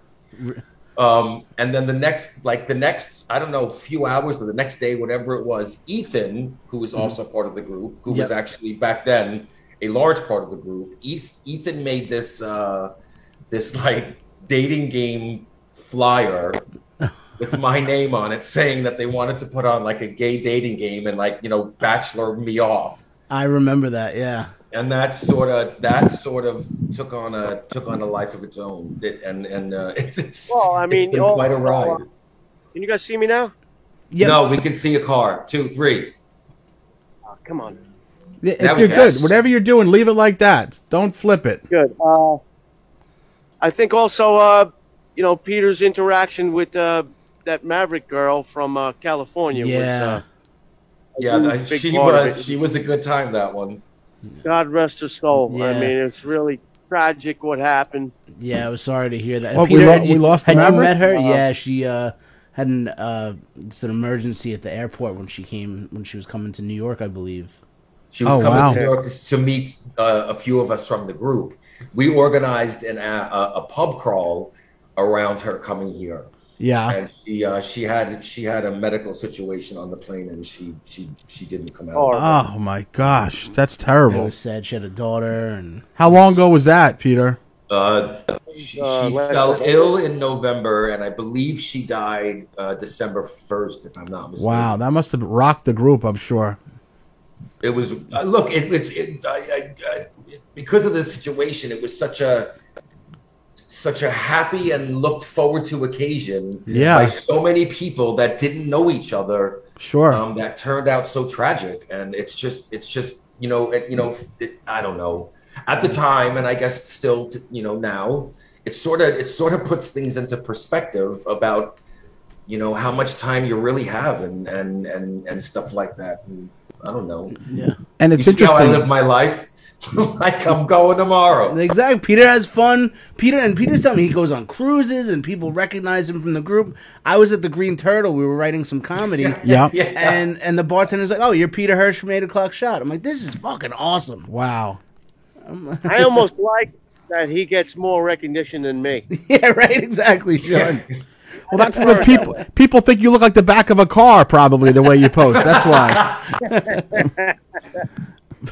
um, and then the next, like the next, I don't know, few hours or the next day, whatever it was, Ethan, who was also part of the group, who was
Mm-hmm. Yep.
actually back then a large part of the group, East, Ethan made this, uh, this like dating game flyer with my name on it saying that they wanted to put on like a gay dating game and like, you know, bachelor me off
I remember that. Yeah.
and that sort of that sort of took on a took on a life of its own. It, and and uh, it's, it's
Well, I mean,
it's been
all-
quite a ride.
Can you guys see me now?
Yeah.
No, we can see a car. Two, three.
Oh, come on.
Yeah,
That
if you're
was-
good, whatever you're doing, leave it like that. Don't flip it.
Good. Uh, I think also, uh, you know, Peter's interaction with uh, that Maverick girl from uh, California
Yeah.
was, uh,
Yeah,
Ooh,
that-
big
she
part of
was
it.
she was a good time that one.
uh, God rest her soul. I
Yeah.
mean, it's really tragic what happened.
Yeah, I was sorry to hear that.
What, we lo-
had you,
we lost
Had you
Maverick? Uh-huh.
met her?
Wow.
yeah, she uh, had an uh, it's an emergency at the airport when she came when she was coming to New York, I believe.
She was
Oh,
coming
wow.
to New York to meet uh, a few of us from the group. We organized an, a, a- a pub crawl around her coming here,
Yeah.
and she uh, she had she had a medical situation on the plane, and she she she didn't come out.
Oh,
Oh my gosh, that's
It
terrible.
was said she had a daughter, and
How long ago was that, Peter?
Uh, she she
Uh, last
fell
November.
ill in November, and I believe she died uh, December first, if I'm not mistaken.
Wow, that must have rocked the group. I'm sure.
it was uh, look it, it's it, I, I, I, because of this situation it was such a such a happy and looked forward to occasion
Yeah.
by so many people that didn't know each other
Sure.
um, that turned out so tragic and it's just it's just you know it, you know it, i don't know at the time and i guess still t- you know now it sort of it sort of puts things into perspective about you know how much time you really have and and and, and stuff like that and i don't know
yeah,
and it's
you see how I live
interesting.
my life? like I'm going tomorrow.
exactly. Peter has fun. Peter and Peter's telling me he goes on cruises, and people recognize him from the group. I was at the Green Turtle. We were writing some comedy.
Yeah.
Yeah.
And and the bartender's like, "Oh, you're Peter Hirsch from Eight O'clock Shot." I'm like, "This is fucking awesome."
Wow.
I almost like that he gets more recognition than me.
yeah, right. Exactly, Sean.
Well, that's because people people think you look like the back of a car, probably the way you post. That's why.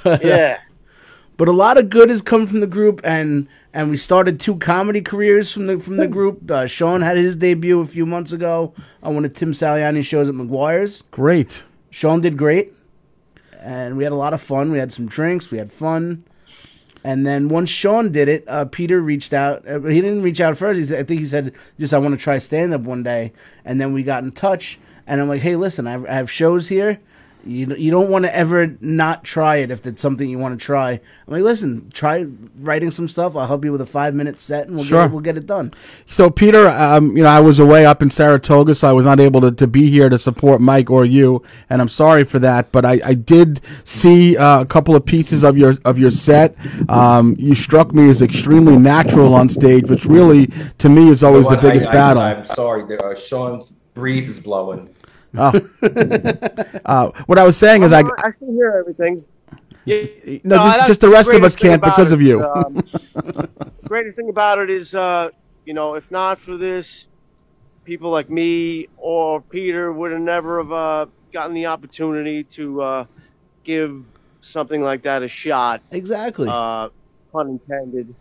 yeah.
but a lot of good has come from the group and and we started two comedy careers from the from the group uh, sean had his debut a few months ago on one of tim saliani shows at mcguire's
Great.
sean did great and we had a lot of fun we had some drinks we had fun and then once sean did it uh, peter reached out uh, he didn't reach out first he said, i think he said just i want to try stand up one day and then we got in touch and i'm like hey listen i have, I have shows here you, you don't want to ever not try it if it's something you want to try. I'm like, listen, try writing some stuff. I'll help you with a five minute set, and we'll
Sure.
get it, we'll get it done.
So, Peter, um, you know, I was away up in Saratoga, so I was not able to, to be here to support Mike or you, and I'm sorry for that. But I, I did see uh, a couple of pieces of your of your set. Um, you struck me as extremely natural on stage, which really, to me, is always the
But I-
biggest
I,
battle.
I, am sorry, there are, Sean's breeze is blowing.
uh, what I was saying is, I,
I, I can hear everything. Yeah,
No, just-
that's
just the rest of
greatest
us
thing
can't
about
because
it.
of you.
Um, greatest thing about it is, uh, you know, if not for this, people like me or Peter would have never have uh, gotten the opportunity to uh, give something like that a shot.
Exactly.
Uh, pun intended.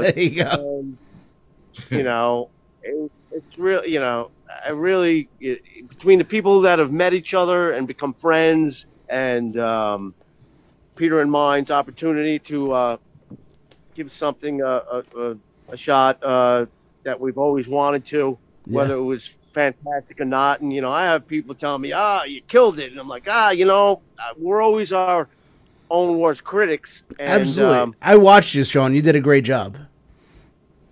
there you go.
and, you know, it, it's real. You know, I really it, between the people that have met each other and become friends, and um, Peter and mine's opportunity to uh, give something a, a, a, a shot uh, that we've always wanted to, whether it was fantastic or not. And you know, I have people telling me, "Ah, you killed it," and I'm like, "Ah, you know, uh, we're always our." Own worst critics. And,
Absolutely.
um,
I watched you, Sean. You did a great job.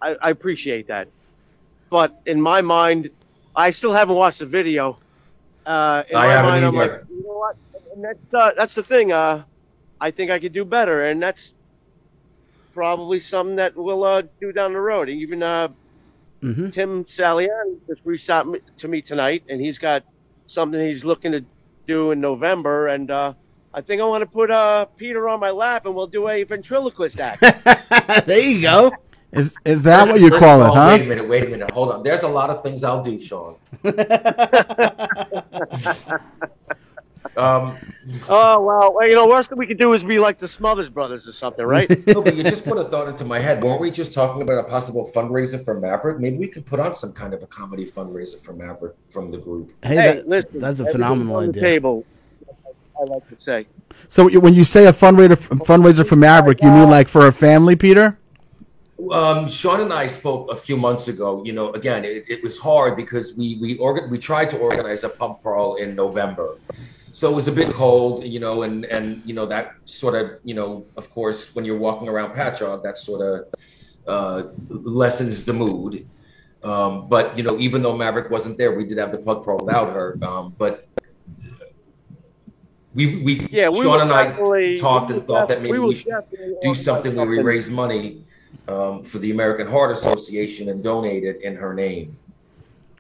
I, I appreciate that. But in my mind, I still haven't watched the video. Uh, in
I
my
haven't
mind, I'm
either.
like, you know what? And that's uh, that's the thing. Uh, I think I could do better, and that's probably something that we'll uh, do down the road. And even uh,
Mhm.
Tim Saliani just reached out m- to me tonight, and he's got something he's looking to do in November, and uh, I think I want to put uh, Peter on my lap, and we'll do a ventriloquist act.
there you go.
Is is that what you
First
call
of
it,
all,
huh?
Wait a minute, wait a minute. Hold on. There's a lot of things I'll do, Sean. um,
oh well, you know, worst that we could do is be like the Smothers Brothers or something, right?
no, but you just put a thought into my head. Weren't we just talking about a possible fundraiser for Maverick? Maybe we could put on some kind of a comedy fundraiser for Maverick from the group.
Hey,
hey,
that-
listen,
that's a
everything's
phenomenal
on the
idea.
Table, I like to say.
So you- when you say a fundraiser fundraiser for Maverick, you mean like for a family, Peter?
Um, Sean and I spoke a few months ago. You know, again, it, it was hard because we we orga- we tried to organize a pump crawl in November, so it was a bit cold. You know, and and you know that sort of you know, of course, when you're walking around Patchogue, that sort of uh, lessens the mood. Um, but you know, even though Maverick wasn't there, we did have the pump crawl without her. Um, but we we
Yeah, we
Sean
were
and I
definitely-
talked
we
and
were
thought
def-
that maybe
we were
we should
definitely
do
organized
something where we raise money um, for the American Heart Association and donate it in her name.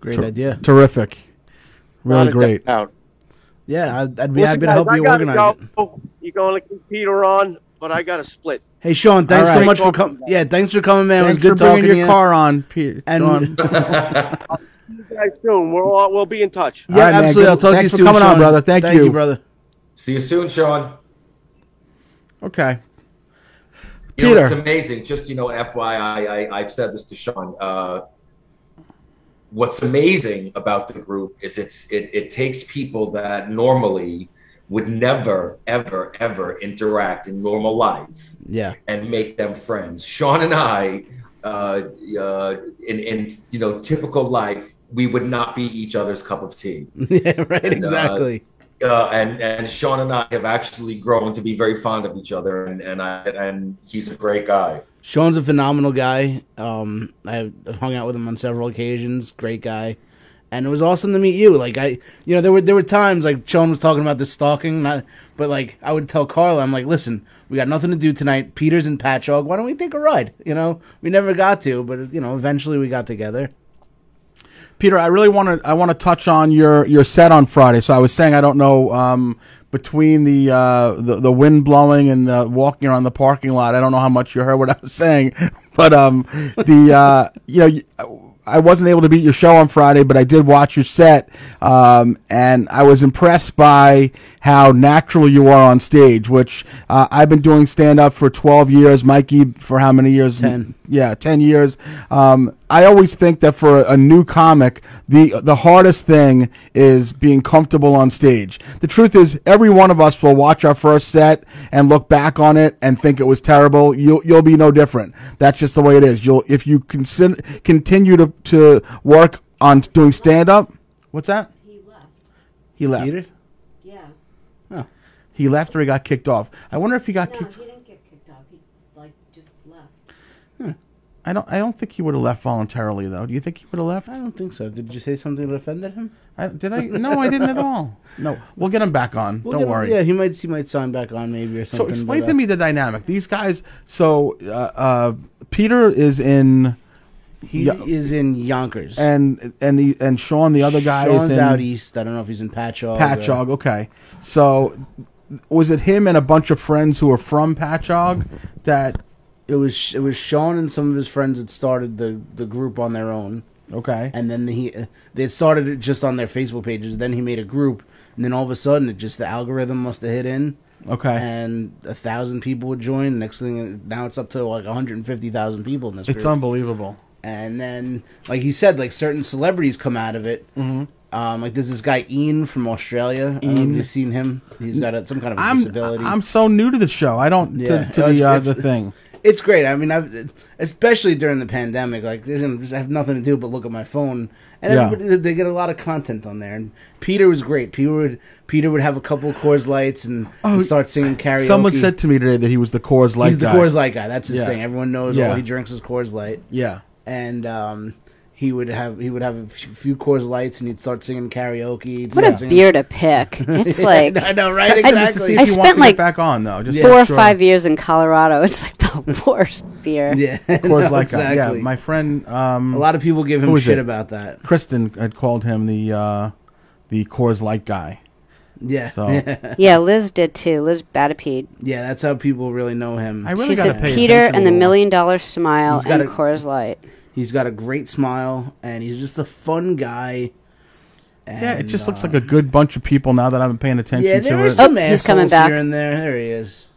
Great idea.
Terrific, really
Not a
great.
doubt.
Yeah, I'd, I'd be happy
Listen,
to
guys,
help
I
you
gotta
organize it.
go. You're going to keep Peter on, but I got to split.
Hey, Sean, thanks
All
so
right.
much for coming. Yeah, thanks for coming, man.
Thanks
it was
for
good talking
bringing
to
your
you.
car on, Peter.
And-
Sean.
See you guys soon. We're all, we'll be in touch.
Yeah,
All right, man.
absolutely.
Good-
I'll talk
thanks
to
for
you soon,
coming on,
Sean.
brother. Thank
Thank you,
you.
brother.
See you soon, Sean.
okay.
You know, it's
Peter.
amazing. Just you know, FYI, I, I've said this to Sean. Uh, what's amazing about the group is it's it, it takes people that normally would never, ever, ever interact in normal life
Yeah.
and make them friends. Sean and I, uh, uh, in, in you know typical life, we would not be each other's cup of tea.
yeah, right,
And, uh,
exactly.
Uh, and and Sean and I have actually grown to be very fond of each other, and and I and he's a great guy.
Sean's a phenomenal guy. Um, I've hung out with him on several occasions. Great guy, and it was awesome to meet you. Like I, you know, there were there were times like Sean was talking about the stalking, not, but like I would tell Carla, I'm like, listen, we got nothing to do tonight. Peter's in Patchogue. Why don't we take a ride? You know, we never got to, but you know, eventually we got together.
Peter, I really want to I want to touch on your your set on Friday. So I was saying I don't know um, between the, uh, the the wind blowing and the walking around the parking lot. I don't know how much you heard what I was saying, but um, the uh, you know. You, I wasn't able to beat your show on Friday, but I did watch your set, um, and I was impressed by how natural you are on stage. Which uh, I've been doing stand up for twelve years, Mikey for how many years?
Ten.
Yeah, ten years. Um, I always think that for a, a new comic, the the hardest thing is being comfortable on stage. The truth is, every one of us will watch our first set and look back on it and think it was terrible. You'll you'll be no different. That's just the way it is. You'll if you consider, continue to to work on doing stand up. What's that?
He left.
He left.
Peter,
Yeah.
He left or he got kicked off. I wonder if he got
No,
kicked.
he didn't get kicked off. He like just left.
I don't. I don't think he would have left voluntarily though. Do you think he would have left?
I don't think so. Did you say something that offended him?
I, did I? No, I didn't at all. No, we'll get him back on.
We'll
Don't
get-
worry.
Yeah, he might he might sign back on maybe or
so
something.
explain
but,
to
uh,
me the dynamic. These guys. So uh, uh, Peter is in,
He
Yeah.
is in Yonkers.
and and the and Sean, the other guy,
Sean's
is in
out east. I don't know if he's in Patchogue. or-
Patchogue. Okay. So was it him and a bunch of friends who were from Patchogue that?
It was it was Sean and some of his friends had started the, the group on their own,
Okay.
and then he they had started it just on their Facebook pages. Then he made a group, and then all of a sudden, it just the algorithm must have hit in,
Okay.
and a thousand people would join. Next thing, now it's up to like one hundred and fifty thousand people in this.
it's
group.
unbelievable.
and then like he said, like certain celebrities come out of it. Mm-hmm. Um, like there's this guy Ian from Australia. I don't know if
Ian.
you've seen him. He's got a, some kind of
I'm
disability.
I'm so new to the show. I don't
Yeah.
to, to
No, it's-
the uh,
it's-
the thing.
It's great. I mean, I've, especially during the pandemic, like I just have nothing to do but look at my phone, and
Yeah.
everybody, they get a lot of content on there. And Peter was great. Peter would Peter would have a couple of Coors Lights and, and start singing karaoke.
Oh, Someone said to me today that he was the Coors Light
he's the
guy.
Coors Light guy. That's his
Yeah.
thing. Everyone knows
Yeah.
all he drinks is Coors Light,
Yeah.
and um, He would have he would have a few- few Coors Lights, and he'd start singing karaoke. He'd
What
start
a
singing-
beer to pick. It's like
I know, right?
I-
Just to see
Exactly.
if
I
he wants
spent
to
like
get back on though. Just
four or
sure.
five years in Colorado. It's like the worst beer.
yeah,
Of course,
no,
like uh,
exactly.
yeah, my friend
a
um,
lot of people give him
Who is
shit
it?
about that.
Kristen had called him the uh, the Coors Light guy.
Yeah,
So
Yeah, Liz did too. Liz Batapede.
yeah, that's how people really know him.
I really
she
gotta
said
pay
Peter
attention a
and the
little.
Million Dollar Smile
He's got
and
a-
Coors Light.
He's got a great smile, and he's just a fun guy.
Yeah, it
And,
just looks
uh,
like a good bunch of people now that I'm paying attention
yeah.
to
There
it.
are some
Oh,
assholes
he's coming back.
here and there. There he is.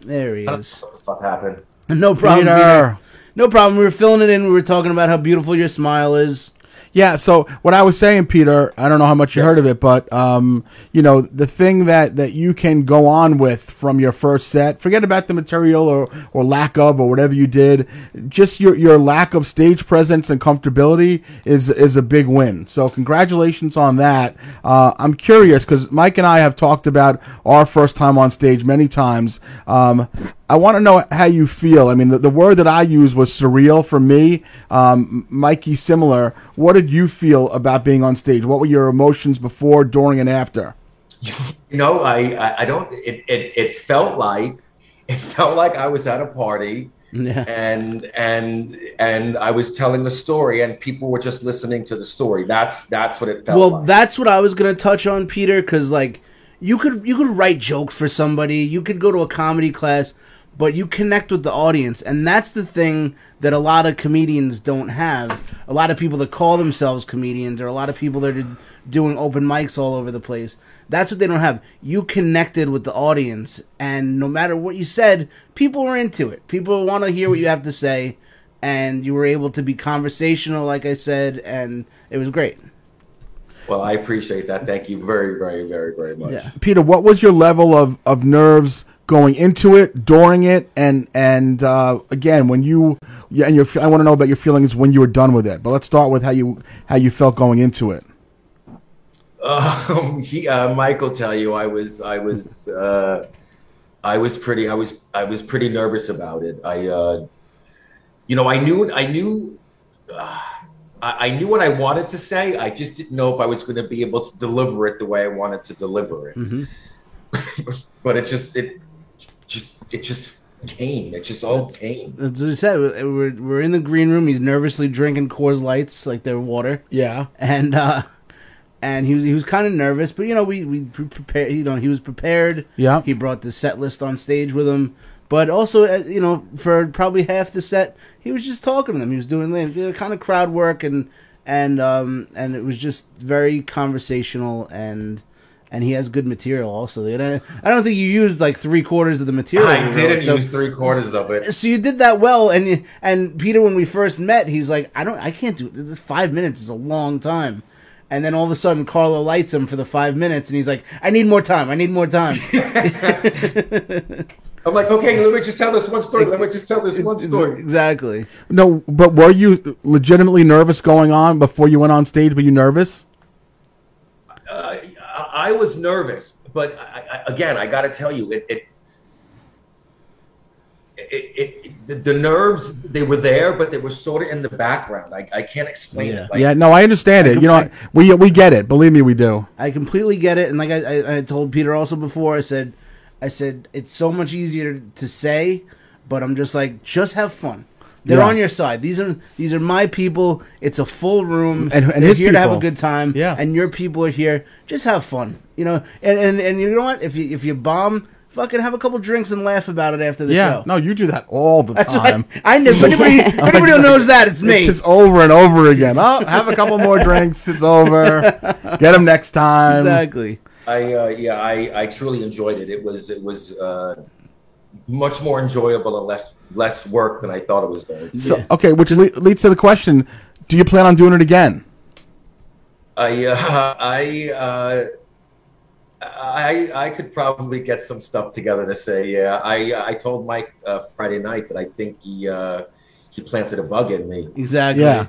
There he is.
What the fuck happened?
No problem. Peter.
Peter.
No problem. We were filling it in. We were talking about how beautiful your smile is.
Yeah, so what I was saying, Peter, I don't know how much you heard of it, but um, you know, the thing that that you can go on with from your first set, forget about the material or or lack of or whatever you did, just your your lack of stage presence and comfortability is is a big win. So congratulations on that. Uh, I'm curious because Mike and I have talked about our first time on stage many times. Um, I want to know how you feel. I mean, the, the word that I used was surreal for me. Um, Mikey, similar. What did you feel about being on stage? What were your emotions before, during, and after?
You know, I I, I don't. It, it it felt like it felt like I was at a party.
Yeah.
and and and I was telling the story, and people were just listening to the story. That's that's what it felt
Well,
like.
that's what I was gonna touch on, Peter, because like you could you could write jokes for somebody, you could go to a comedy class, but you connect with the audience, and that's the thing that a lot of comedians don't have. A lot of people that call themselves comedians, or a lot of people that are doing open mics all over the place. That's what they don't have. You connected with the audience, and no matter what you said, people were into it. People want to hear what you have to say, and you were able to be conversational, like I said, and it was great.
well, I appreciate that. Thank you very, very, very, very much.
Yeah.
Peter, what was your level of, of nerves going into it, during it, and and uh, again when you yeah, and your I want to know about your feelings when you were done with it. But let's start with how you how you felt going into it.
Um, he, uh, Mike will tell you I was I was uh, I was pretty I was I was pretty nervous about it. I uh, you know I knew I knew uh, I, I knew what I wanted to say. I just didn't know if I was going to be able to deliver it the way I wanted to deliver it. but it just it just it just came. It just all came.
That's what we said. We- We're, we're in the green room. He's nervously drinking Coors Lights like they're water,
Yeah,
and uh, and he was he was kind of nervous, but you know we we pre- prepared. You know he was prepared.
Yeah.
he brought the set list on stage with him, but also uh, you know for probably half the set he was just talking to them. He was doing kind of crowd work and and um and it was just very conversational and. And he has good material also. And I, I don't think you used like three quarters of the material. we
I
wrote,
didn't
so-
use three quarters of it.
so you did that well and you- and peter when we first met he's like i don't i can't do this five minutes is a long time and then all of a sudden carla lights him for the five minutes and he's like i need more time i need more time
I'm like, okay, let me just tell this one story. Let me just tell this one story.
exactly
no, but were you legitimately nervous going on before you went on stage? Were you nervous?
I, I was nervous, but I, I, again, I got to tell you, it, it, it, it the, the nerves they were there, but they were sort of in the background. I, I can't explain
Yeah.
it. Like,
yeah, no, I understand it. You know, we we get it. Believe me, we do.
I completely get it, and like I, I, I told Peter also before, I said, I said it's so much easier to say, but I'm just like, just have fun. They're
Yeah.
on your side. These are these are my people. It's a full room,
And- and
They're
his
here to have a
people.
good time.
Yeah.
and your people are here. Just have fun, you know. And and, and you know what? If you if you bomb, fucking have a couple drinks and laugh about it after the
Yeah,
show.
no, you do that all the
that's
time.
what I, I know. If anybody, if anybody who knows that, it's me.
It's just over and over again. Oh, have a couple more drinks. It's over. Get them next time.
exactly.
I, uh, yeah, I, I truly enjoyed it. It was, it was uh, much more enjoyable and less, less work than I thought it was going to. be.
So okay, which le- leads to the question: Do you plan on doing it again?
I, uh, I, uh, I, I could probably get some stuff together to say, yeah. I, I told Mike uh, Friday night that I think he, uh, she planted a bug in me.
Exactly.
Yeah.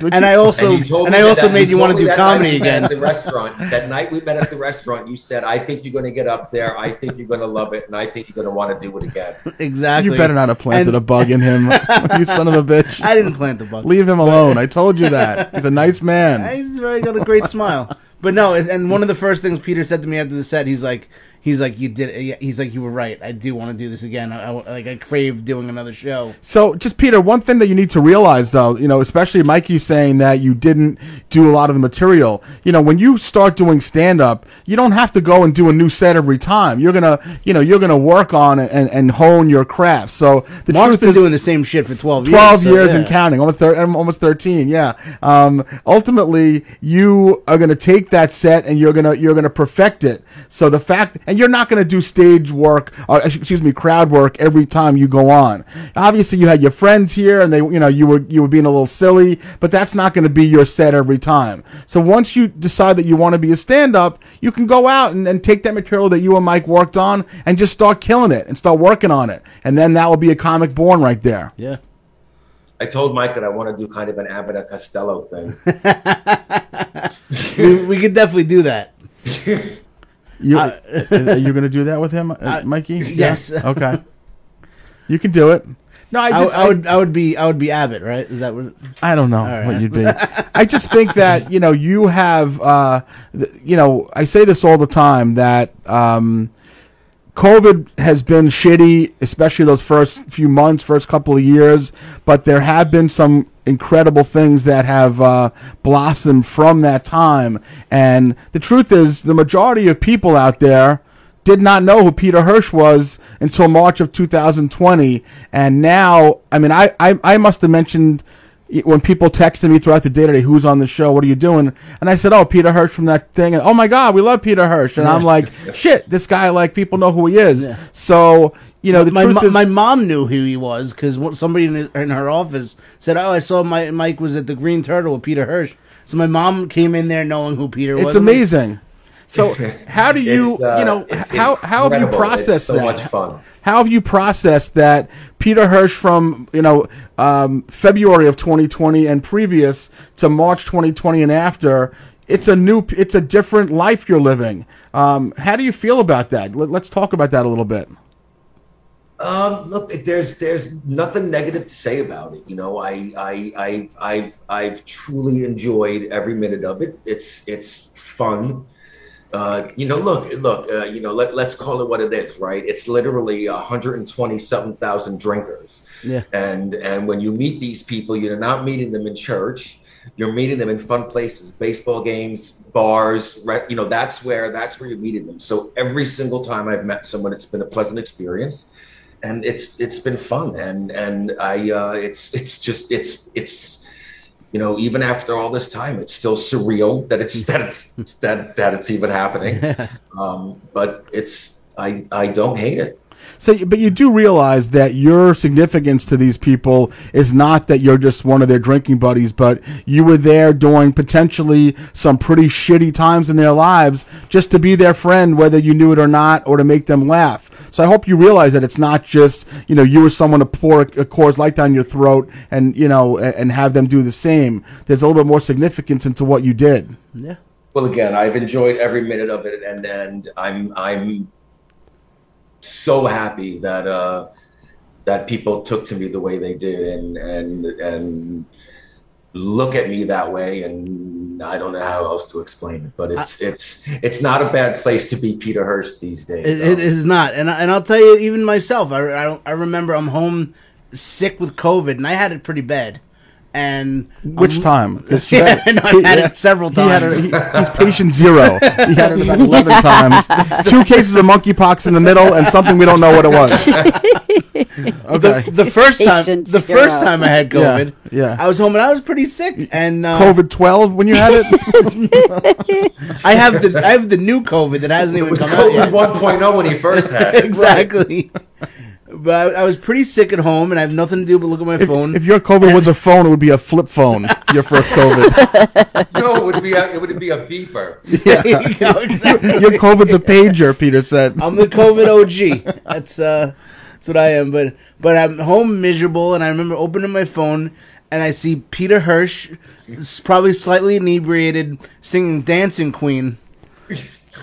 Would
And
you-
I also
you told
and
me
I
that-
also made you
told
want
me
to do
that night
comedy
we met
again.
At the restaurant that night we met at the restaurant. You said, "I think you're going to get up there. I think you're going to love it, and I think you're going to want to do it again."
Exactly.
you better not have planted
And-
a bug in him, you son of a bitch.
I didn't plant the bug.
Leave him alone. I told you that. He's a nice man.
He's very got a great smile. But no, it's- and one of the first things Peter said to me after the set, he's like, he's like, you did, it. Yeah, he's like, you were right. I do want to do this again. I, I wa- like, I crave doing another show.
So, just Peter, one thing that you need to realize, though, you know, especially Mikey saying that you didn't do a lot of the material. You know, when you start doing stand up, you don't have to go and do a new set every time. You're gonna, you know, you're gonna work on it and, and hone your craft. So the
Mark's
truth
been
is,
doing the same shit for twelve years.
12
so
years
yeah.
and counting almost thir- um, almost 13 yeah um, ultimately you are going to take that set and you're going to you're going to perfect it so the fact and you're not going to do stage work or ex- excuse me crowd work every time you go on obviously you had your friends here and they you know you were you were being a little silly but that's not going to be your set every time so once you decide that you want to be a stand up you can go out and, and take that material that you and Mike worked on and just start killing it and start working on it and then that will be a comic born right there
Yeah.
I told Mike that I want to do kind of an Abbott Costello thing.
we, we could definitely do that.
You, uh, are you going to do that with him, uh, Mikey?
yes.
Yeah? Okay. You can do it. No, I
I,
just,
I would, I would be, I would be Abbott, right? Is that what?
I don't know
right.
what you'd be. I just think that you know you have, uh, th- you know, I say this all the time that um, COVID has been shitty, especially those first few months, first couple of years. But there have been some incredible things that have uh, blossomed from that time. And the truth is, the majority of people out there did not know who Peter Hirsch was until March of 2020. And now, I mean, I, I, I must have mentioned when people texted me throughout the day today, who's on the show? What are you doing? And I said, oh, Peter Hirsch from that thing. And oh my God, we love Peter Hirsch. And I'm like, shit, this guy, like, people know who he is. So, you know, the
my,
truth
mo-
is,
my mom knew who he was because somebody in, in her office said, "Oh, I saw my Mike was at the Green Turtle with Peter Hirsch." So my mom came in there knowing who Peter was.
it's
I'm like,
amazing. So how do you,
It's, uh,
you know,
it's
how, how have you
incredible. It's
processed
so
that?
much fun.
How have you processed that Peter Hirsch from you know um, February of 2020 and previous to March 2020 and after? It's a new, it's a different life you're living. Um, how do you feel about that? Let, let's talk about that a little bit.
Um, look, there's there's nothing negative to say about it. You know, I I I've I've I've truly enjoyed every minute of it. It's it's fun. Uh, you know, look, look, uh, you know, let, let's call it what it is, right? It's literally 127,000 drinkers.
Yeah.
And, and when you meet these people, you're not meeting them in church. You're meeting them in fun places, baseball games, bars, right? You know, that's where, that's where you're meeting them. So every single time I've met someone, it's been a pleasant experience and it's, it's been fun. And, and I, uh, it's, it's just, it's, it's, you know, even after all this time, it's still surreal that it's that it's that that it's even happening. Um, but it's I I don't hate it.
So, you- but you do realize that your significance to these people is not that you're just one of their drinking buddies, but you were there during potentially some pretty shitty times in their lives just to be their friend, whether you knew it or not, or to make them laugh. So I hope you realize that it's not just, you know, you were someone to pour a Coors Light down your throat and, you know, a- and have them do the same. There's a little bit more significance into what you did.
Yeah.
Well, again, I've enjoyed every minute of it, and and I'm I'm so happy that uh, that people took to me the way they did, and and and look at me that way and I don't know how else to explain it but it's it's it's not a bad place to be Peter Hurst these days.
It, it
Um,
is not, and I, and I'll tell you, even myself, I, I don't. I remember I'm home sick with COVID, and I had it pretty bad. And
Which
I'm-
time? 'Cause she
Yeah,
had-
Um, I know, I've had it several
He had it,
times.
he- he's patient zero. He had it about 11 times. Two cases of monkeypox in the middle and something we don't know what it was. Okay.
the first time,
Patient
the first
zero.
time I had COVID,
yeah.
I was home and I was pretty sick, and uh,
COVID 12 when you had it?
I have the I have the new COVID that hasn't even
was
come out
COVID
yet.
1.0 when he first had it.
exactly. But I, I was pretty sick at home, and I have nothing to do but look at my
If,
phone.
if your COVID was a phone, it would be a flip phone, your first COVID.
No, it would be a, it would be a beeper.
You know, exactly.
Your COVID's a pager, Peter said.
I'm the COVID OG. That's uh, That's what I am. But but I'm home miserable, and I remember opening my phone, and I see Peter Hirsch, s- probably slightly inebriated, singing "Dancing Queen."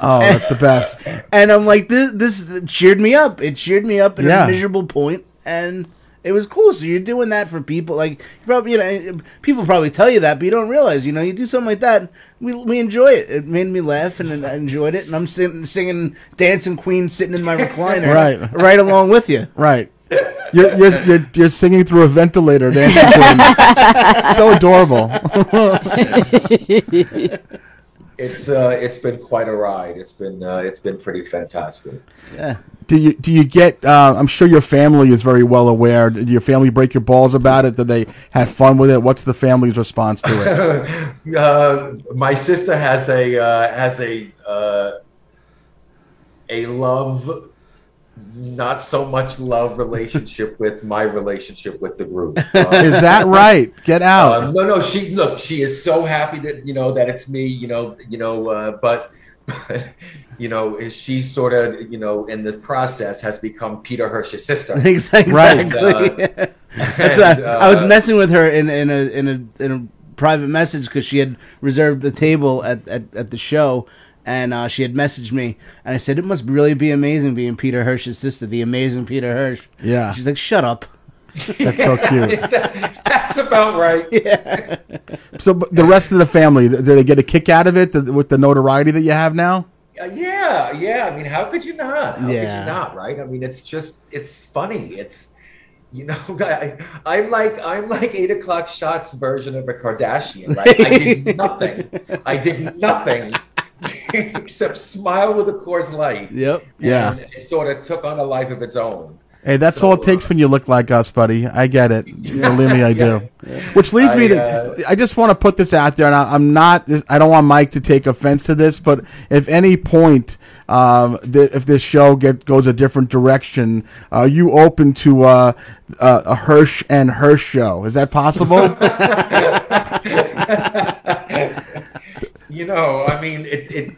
Oh, that's the best.
and I'm like, this, this cheered me up. It cheered me up at
Yeah.
a miserable point, and it was cool. So you're doing that for people, like you probably, you know, people probably tell you that, but you don't realize, you know, you do something like that. We we enjoy it. It made me laugh, and I enjoyed it. And I'm sitting, singing "Dancing Queen," sitting in my recliner,
Right.
right along with you.
Right. You're, you're, you're, you're singing through a ventilator, dancing queen. so adorable.
It's uh, it's been quite a ride. It's been uh, it's been pretty fantastic.
Do you do you get? Uh, I'm sure your family is very well aware. Did your family break your balls about it? Did they have fun with it? What's the family's response to it?
Uh, my sister has a uh, has a uh, a love, not so much love relationship with my relationship with the group. Uh,
Is that right? Get
Um,
out.
no, no. She look. She is so happy that you know that it's me. You know. You know. Uh, but you know, is she sort of you know in this process has become Peter Hirsch's sister. uh,
exactly.
Right.
That's
And,
why I was
uh,
messing with her in, in a in a in a private message because she had reserved the table at at, at the show, and uh, she had messaged me, and I said it must really be amazing being Peter Hirsch's sister, the amazing Peter Hirsch.
Yeah.
she's like, shut up.
That's so cute.
That's about right.
So but the rest of the family, th- did they get a kick out of it th- with the notoriety that you have now?
Uh, Yeah, yeah. I mean, how could you not? How could
Yeah.
you not? Right? I mean, it's just it's funny. It's you know, I, I'm like I'm like eight o'clock shots version of a Kardashian. Right? I did nothing. I did nothing except smile with a Coors Light.
Yep.
Yeah.
And it sort of took on a life of its own.
Hey, that's
So,
all it takes
uh,
when you look like us, buddy. I get it. Believe me, I do. Which leads me
I,
to,
uh,
I just want to put this out there, and I, I'm not, this- I don't want Mike to take offense to this, but if any point, um, th- if this show get goes a different direction, are you open to uh, uh, a Hirsch and Hirsch show? Is that possible?
You know, I mean, it it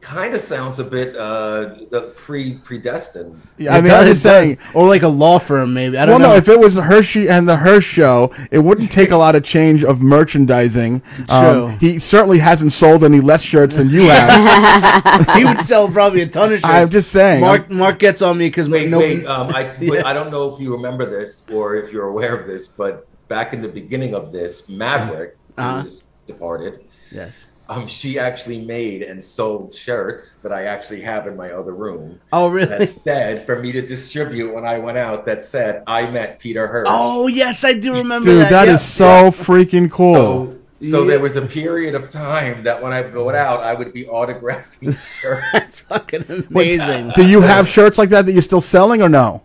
kind of sounds a bit uh, the pre predestined.
Yeah, I mean, I'm
It
just
does.
saying.
or like a law firm maybe. I
Well,
don't
no,
know.
if it was Hershey and the Hirsch show, it wouldn't take a lot of change of merchandising. Um,
True.
he certainly hasn't sold any less shirts than you have.
he would sell probably a ton of shit.
I'm just saying.
Mark Mark gets on me because
Wait,
no.
wait. Um, I, but I don't know if you remember this or if you're aware of this, but back in the beginning of this, Maverick,
Uh-huh.
who is departed,
Yes.
um, she actually made and sold shirts that I actually have in my other room
Oh really?
that said for me to distribute when I went out. That said, I met Peter Hirsch.
Oh yes, I do remember
Dude,
that.
that
Yep.
is so freaking
Oh.
cool.
So, so there was a period of time that when I would go out, I would be autographing shirts.
That's fucking amazing.
Do you have shirts like that that you're still selling or no?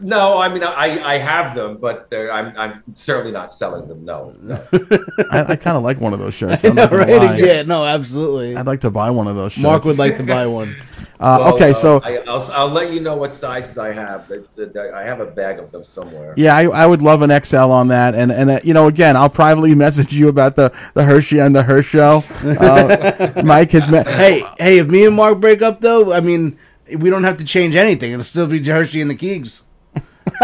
no, I mean I, I have them, but they're, I'm I'm certainly not selling them. No, no.
I, I kind of like one of those shirts. I'm not gonna lie.
right? Yeah. No, absolutely.
I'd like to buy one of those shirts.
Mark would like to buy one.
Uh,
Well,
okay,
uh,
so
I, I'll, I'll let you know what sizes I have. That- that- that- I have a bag of them somewhere.
Yeah, I, I would love an XL on that, and and uh, you know, again, I'll privately message you about the the Hershey and the Hirsch show. Uh, Mike has met.
hey, hey, if me and Mark break up though, I mean, we don't have to change anything. It'll still be Hershey and the Keegs.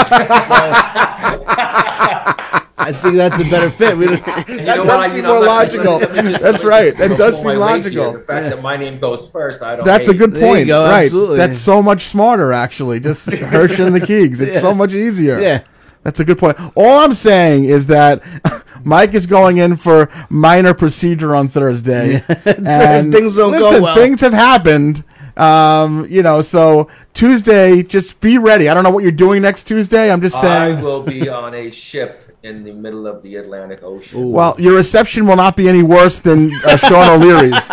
I think that's a better fit. We don't,
And you know
does
what? I- you
seem
know,
more
let me- let me-
logical.
let me just-
That's
let me
right.
just
That
pull
does
my
seem
weight here.
logical.
The fact that my name goes first, I don't.
That's a
hate
good
it.
you
point,
go,
right?
absolutely.
That's so much smarter, actually. Just Hirsch and the Keegs. It's so much easier.
Yeah.
that's a good point. All I'm saying is that Mike is going in for minor procedure on Thursday, and
Things don't go
listen,
well.
Things have happened. Um, you know, so Tuesday, just be ready. I don't know what you're doing next Tuesday. I'm just
I
saying.
will be on a ship in the middle of the Atlantic Ocean.
Well, your reception will not be any worse than uh, Sean O'Leary's.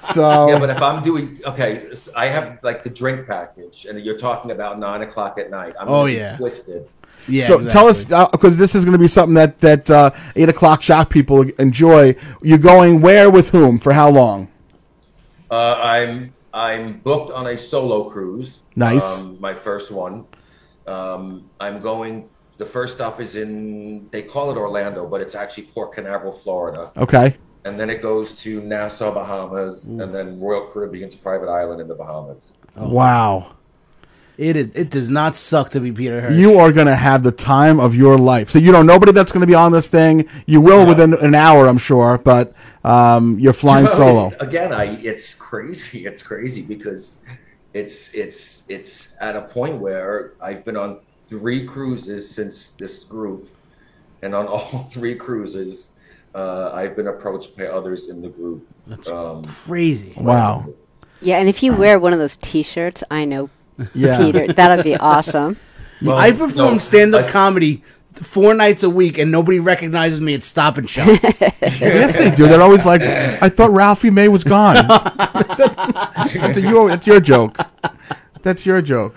So
Yeah, but if I'm doing okay, s- I have like the drink package, and you're talking about nine o'clock at night. I'm
Oh,
gonna be
yeah.
twisted.
yeah.
so tell us because this is going to be something that that uh, eight o'clock shot people enjoy. You're going where with whom for how long?
Uh, I'm I'm booked on a solo cruise.
Nice.
Um, my first one. Um, I'm going. The first stop is in. They call it Orlando, but it's actually Port Canaveral, Florida,
Okay,
and then it goes to Nassau, Bahamas, and then Royal Caribbean to private island in the Bahamas.
wow.
It is. It does not suck to be Peter Hirsch.
You are gonna have the time of your life. So you know nobody that's gonna be on this thing. You will within an hour, I'm sure, but um, you're flying solo.
It's- Again, I it's crazy. It's crazy because it's it's it's at a point where I've been on three cruises since this group, and on all three cruises, uh, I've been approached by others in the group. Um,
crazy.
Wow.
Yeah, and if you wear one of those T-shirts, I know
Yeah.
Peter. That'd be awesome.
well,
I perform
no,
stand up
I-
comedy four nights a week, and nobody recognizes me at Stop and Shop.
yes, they do. They're always like, I thought Ralphie May was gone. that's, your, that's your joke. That's your joke.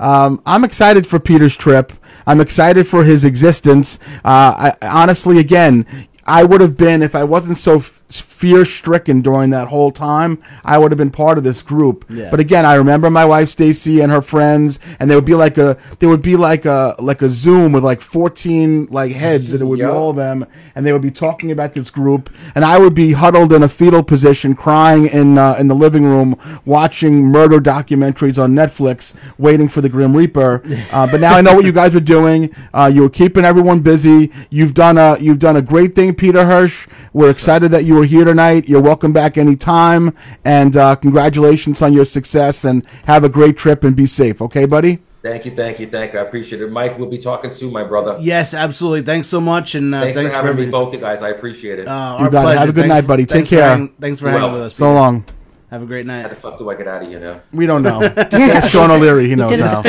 Um, I'm excited for Peter's trip. I'm excited for his existence. Uh, I, honestly, again, I would have been, if I wasn't so f- fear stricken during that whole time, I would have been part of this group.
Yeah.
But again, I remember my wife Stacy and her friends, and there would be like a, there would be like a, like a Zoom with like 14 like heads, and it would
Yeah.
be all them and they would be talking about this group and I would be huddled in a fetal position crying in uh, in the living room watching murder documentaries on Netflix waiting for the Grim Reaper uh, but now I know what you guys were doing uh, you were keeping everyone busy you've done a you've done a great thing Peter Hirsch we're excited that you were here tonight you're welcome back anytime and uh, congratulations on your success and have a great trip and be safe okay buddy
Thank you, thank you, thank you. I appreciate it, Mike. We'll be talking soon, my brother.
yes, absolutely. Thanks so much, and uh,
thanks,
thanks
for having me,
everything.
both you guys. I appreciate it.
Uh,
You
our
got it.
pleasure.
Have a good
Thanks
night,
for-
buddy. Take
thanks for
care.
hang- thanks for hanging
Well,
with us.
so long
Have a great
How
night.
the fuck do I get out of here now?
we don't know just ask Sean O'Leary he knows
did it the
now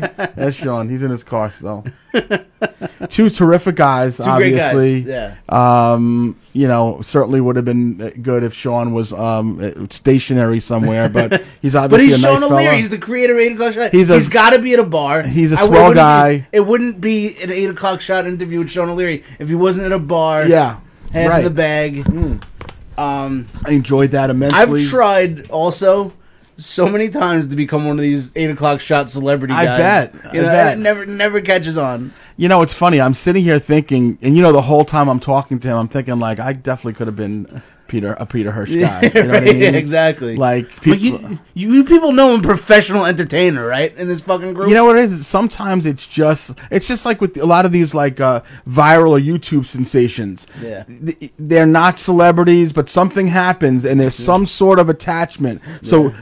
first
That's Sean. He's in his car still. Two terrific guys,
Two great guys.
obviously.
Yeah.
Um, you know, certainly would have been uh, good if Sean was um uh, stationary somewhere, but he's
But
obviously
he's
a
Sean
nice
O'Leary.
fellow.
He's the creator of Eight O'clock Shot.
He's a-
he's got to be at a bar.
He's a
I- it
swell
wouldn't be-
guy.
it wouldn't be an Eight O'clock Shot interview with Sean O'Leary if he wasn't at a bar.
yeah,
half
right. Hmm.
of the bag. Um,
I enjoyed that
I've
immensely.
tried also so many times to become one of these eight o'clock shot celebrity
I
guys.
bet.
You
I
know,
bet.
It never never catches on.
you know, it's funny. I'm sitting here thinking, and you know, the whole time I'm talking to him, I'm thinking like, I definitely could have been Peter, a Peter Hirsch guy. You know what I
Right?
mean?
exactly.
Like people.
but you, you you people know I'm a professional entertainer, right? In this fucking group.
You know what it is? Sometimes it's just it's just like with a lot of these like uh, viral or YouTube sensations.
Yeah.
Th- they're not celebrities, but something happens and there's some sort of attachment. So.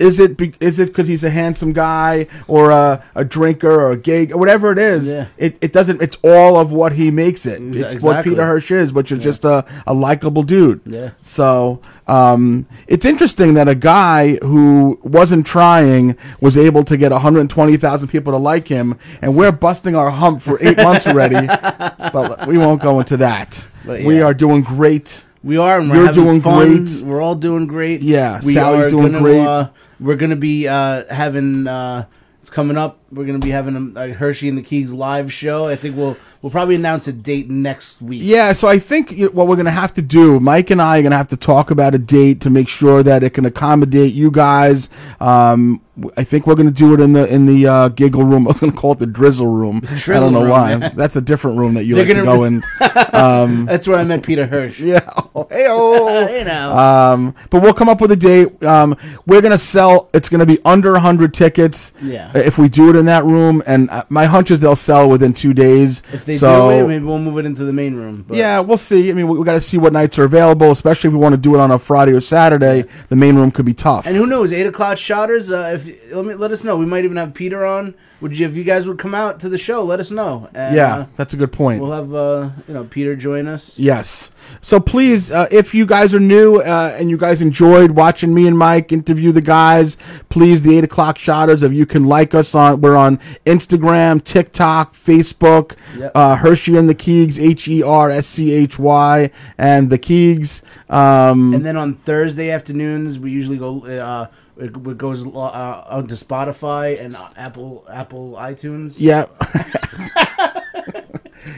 Is it be, is it because he's a handsome guy or a, a drinker or a gay whatever it is?
Yeah.
It, it doesn't. It's all of what he makes it. It's what
exactly.
Peter Hirsch is, which is just a, a likable dude.
Yeah.
So um, it's interesting that a guy who wasn't trying was able to get 120,000 people to like him, and we're busting our hump for eight months already. But we won't go into that.
But
We
yeah.
are doing great.
we are. And we're
You're
having
doing
fun.
great.
We're all doing great.
Yeah,
We
Sally's
are
doing
gonna,
great.
Uh, we're gonna be uh, having. Uh, it's coming up. We're gonna be having a, a Hershey and the Keys live show. I think we'll we'll probably announce a date next week.
Yeah, so I think you- what we're going to have to do, Mike and I are going to have to talk about a date to make sure that it can accommodate you guys. Um, w- I think we're going to do it in the in the uh, giggle room. I was going to call it the drizzle room. I
drizzle
don't know
room,
why.
yeah.
That's a different room that you
They're
like to
gonna-
go in.
That's where I met Peter Hirsch.
Yeah. Oh, hey-oh.
Hey, now.
Um, but we'll come up with a date. Um, we're gonna sell. It's gonna be under hundred tickets.
Yeah.
If we do it in that room, and uh, my hunch is they'll sell within two days.
If they
so,
do it, maybe we'll move it into the main room. But
Yeah, we'll see. I mean, we, we got to see what nights are available, especially if we want to do it on a Friday or Saturday. The main room could be tough.
And who knows? Eight o'clock shotters. Uh, if let me let us know. We might even have Peter on. Would you, if you guys would come out to the show, let us know. And,
yeah,
uh,
that's a good point.
we'll have uh, you know Peter join us.
Yes. So please, uh, if you guys are new uh, and you guys enjoyed watching me and Mike interview the guys, please the eight o'clock shotters. If you can like us on, we're on Instagram, TikTok, Facebook,
Yep.
uh, Hershey and the Keegs, H E R S C H Y, and the Keegs. Um,
And then on Thursday afternoons, we usually go. Uh, it, it goes uh, out to Spotify and uh, Apple Apple iTunes.
yeah,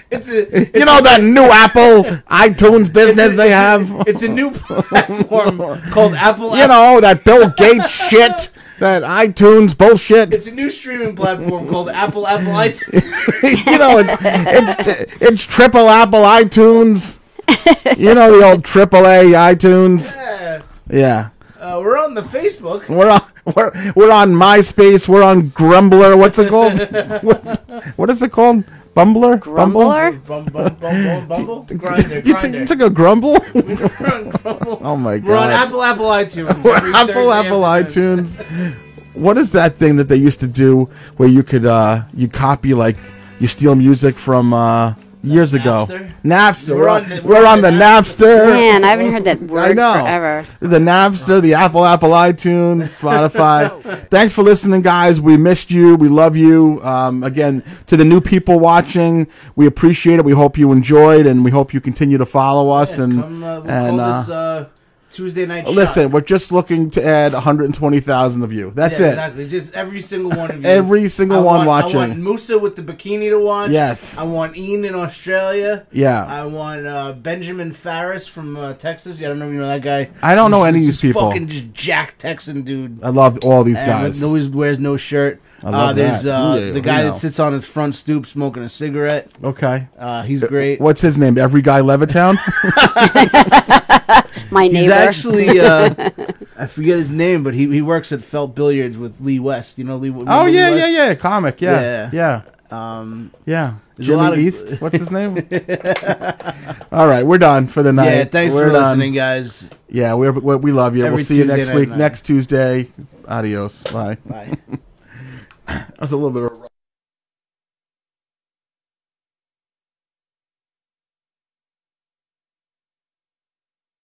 It's a
you know that new Apple iTunes business they have.
it's a new platform called Apple.
you know that Bill Gates shit, that iTunes bullshit.
it's a new streaming platform called Apple Apple iTunes.
you know, it's, it's it's triple Apple iTunes. You know the old triple A iTunes. Yeah.
Uh, we're on the Facebook.
We're on we're, we're on MySpace. We're on Grumbler. What's it called? what, what is it called? Bumbler. Bumble?
Grumbler?
Bum, bum, bum, bum, bumble. Grinder.
You, t- you
Grinder.
took a grumble.
We're on Grumble.
oh my god.
We're on Apple Apple iTunes.
Or
every
Apple
Thursday
Apple
afternoon.
iTunes. What is that thing that they used to do where you could uh you copy like you steal music from uh years ago?
Napster?
Napster.
We're on the-
we're, on the Napster.
Man, I haven't heard that word
know.
forever.
The Napster, the Apple, Apple iTunes, Spotify. Thanks for listening, guys. We missed you. We love you. Um, again, to the new people watching, we appreciate it. We hope you enjoyed, and we hope you continue to follow us. and
Come, uh, we'll
and
call
uh,
this uh, Tuesday night. Shop.
listen, we're just looking to add 120,000 of you. That's
Yeah,
it.
Exactly. Just every single one of you.
Every single
I
one
want-
watching.
I want Musa with the bikini to watch.
Yes.
I want Ian in Australia.
Yeah.
I want uh, Benjamin Farris from uh, Texas. Yeah, I don't know if you know that guy.
I don't know
This-
any of these
this
people.
Fucking just jack Texan dude.
I love all these
And
guys.
Always wears no shirt.
love
uh, there's
that.
uh,
Yeah,
the
we
guy
know.
that sits on his front stoop smoking a cigarette.
Okay.
Uh, he's great.
What's his name? Every guy Levittown?
My
He's
neighbor.
actually, uh, I forget his name, but he, he works at Felt Billiards with Lee West. You know Lee.
oh
remember Lee
yeah,
West?
yeah, yeah. Comic, yeah.
Yeah.
Yeah.
Um,
Yeah.
There's a lot of-
Jimmy East. What's his name? All right, we're done for the night.
yeah, thanks
We're
for
done.
listening, guys.
Yeah, we're, we we love you.
Every
we'll see you
Tuesday
next
night
week,
night.
next Tuesday. Adios. Bye.
Bye.
That was a little bit.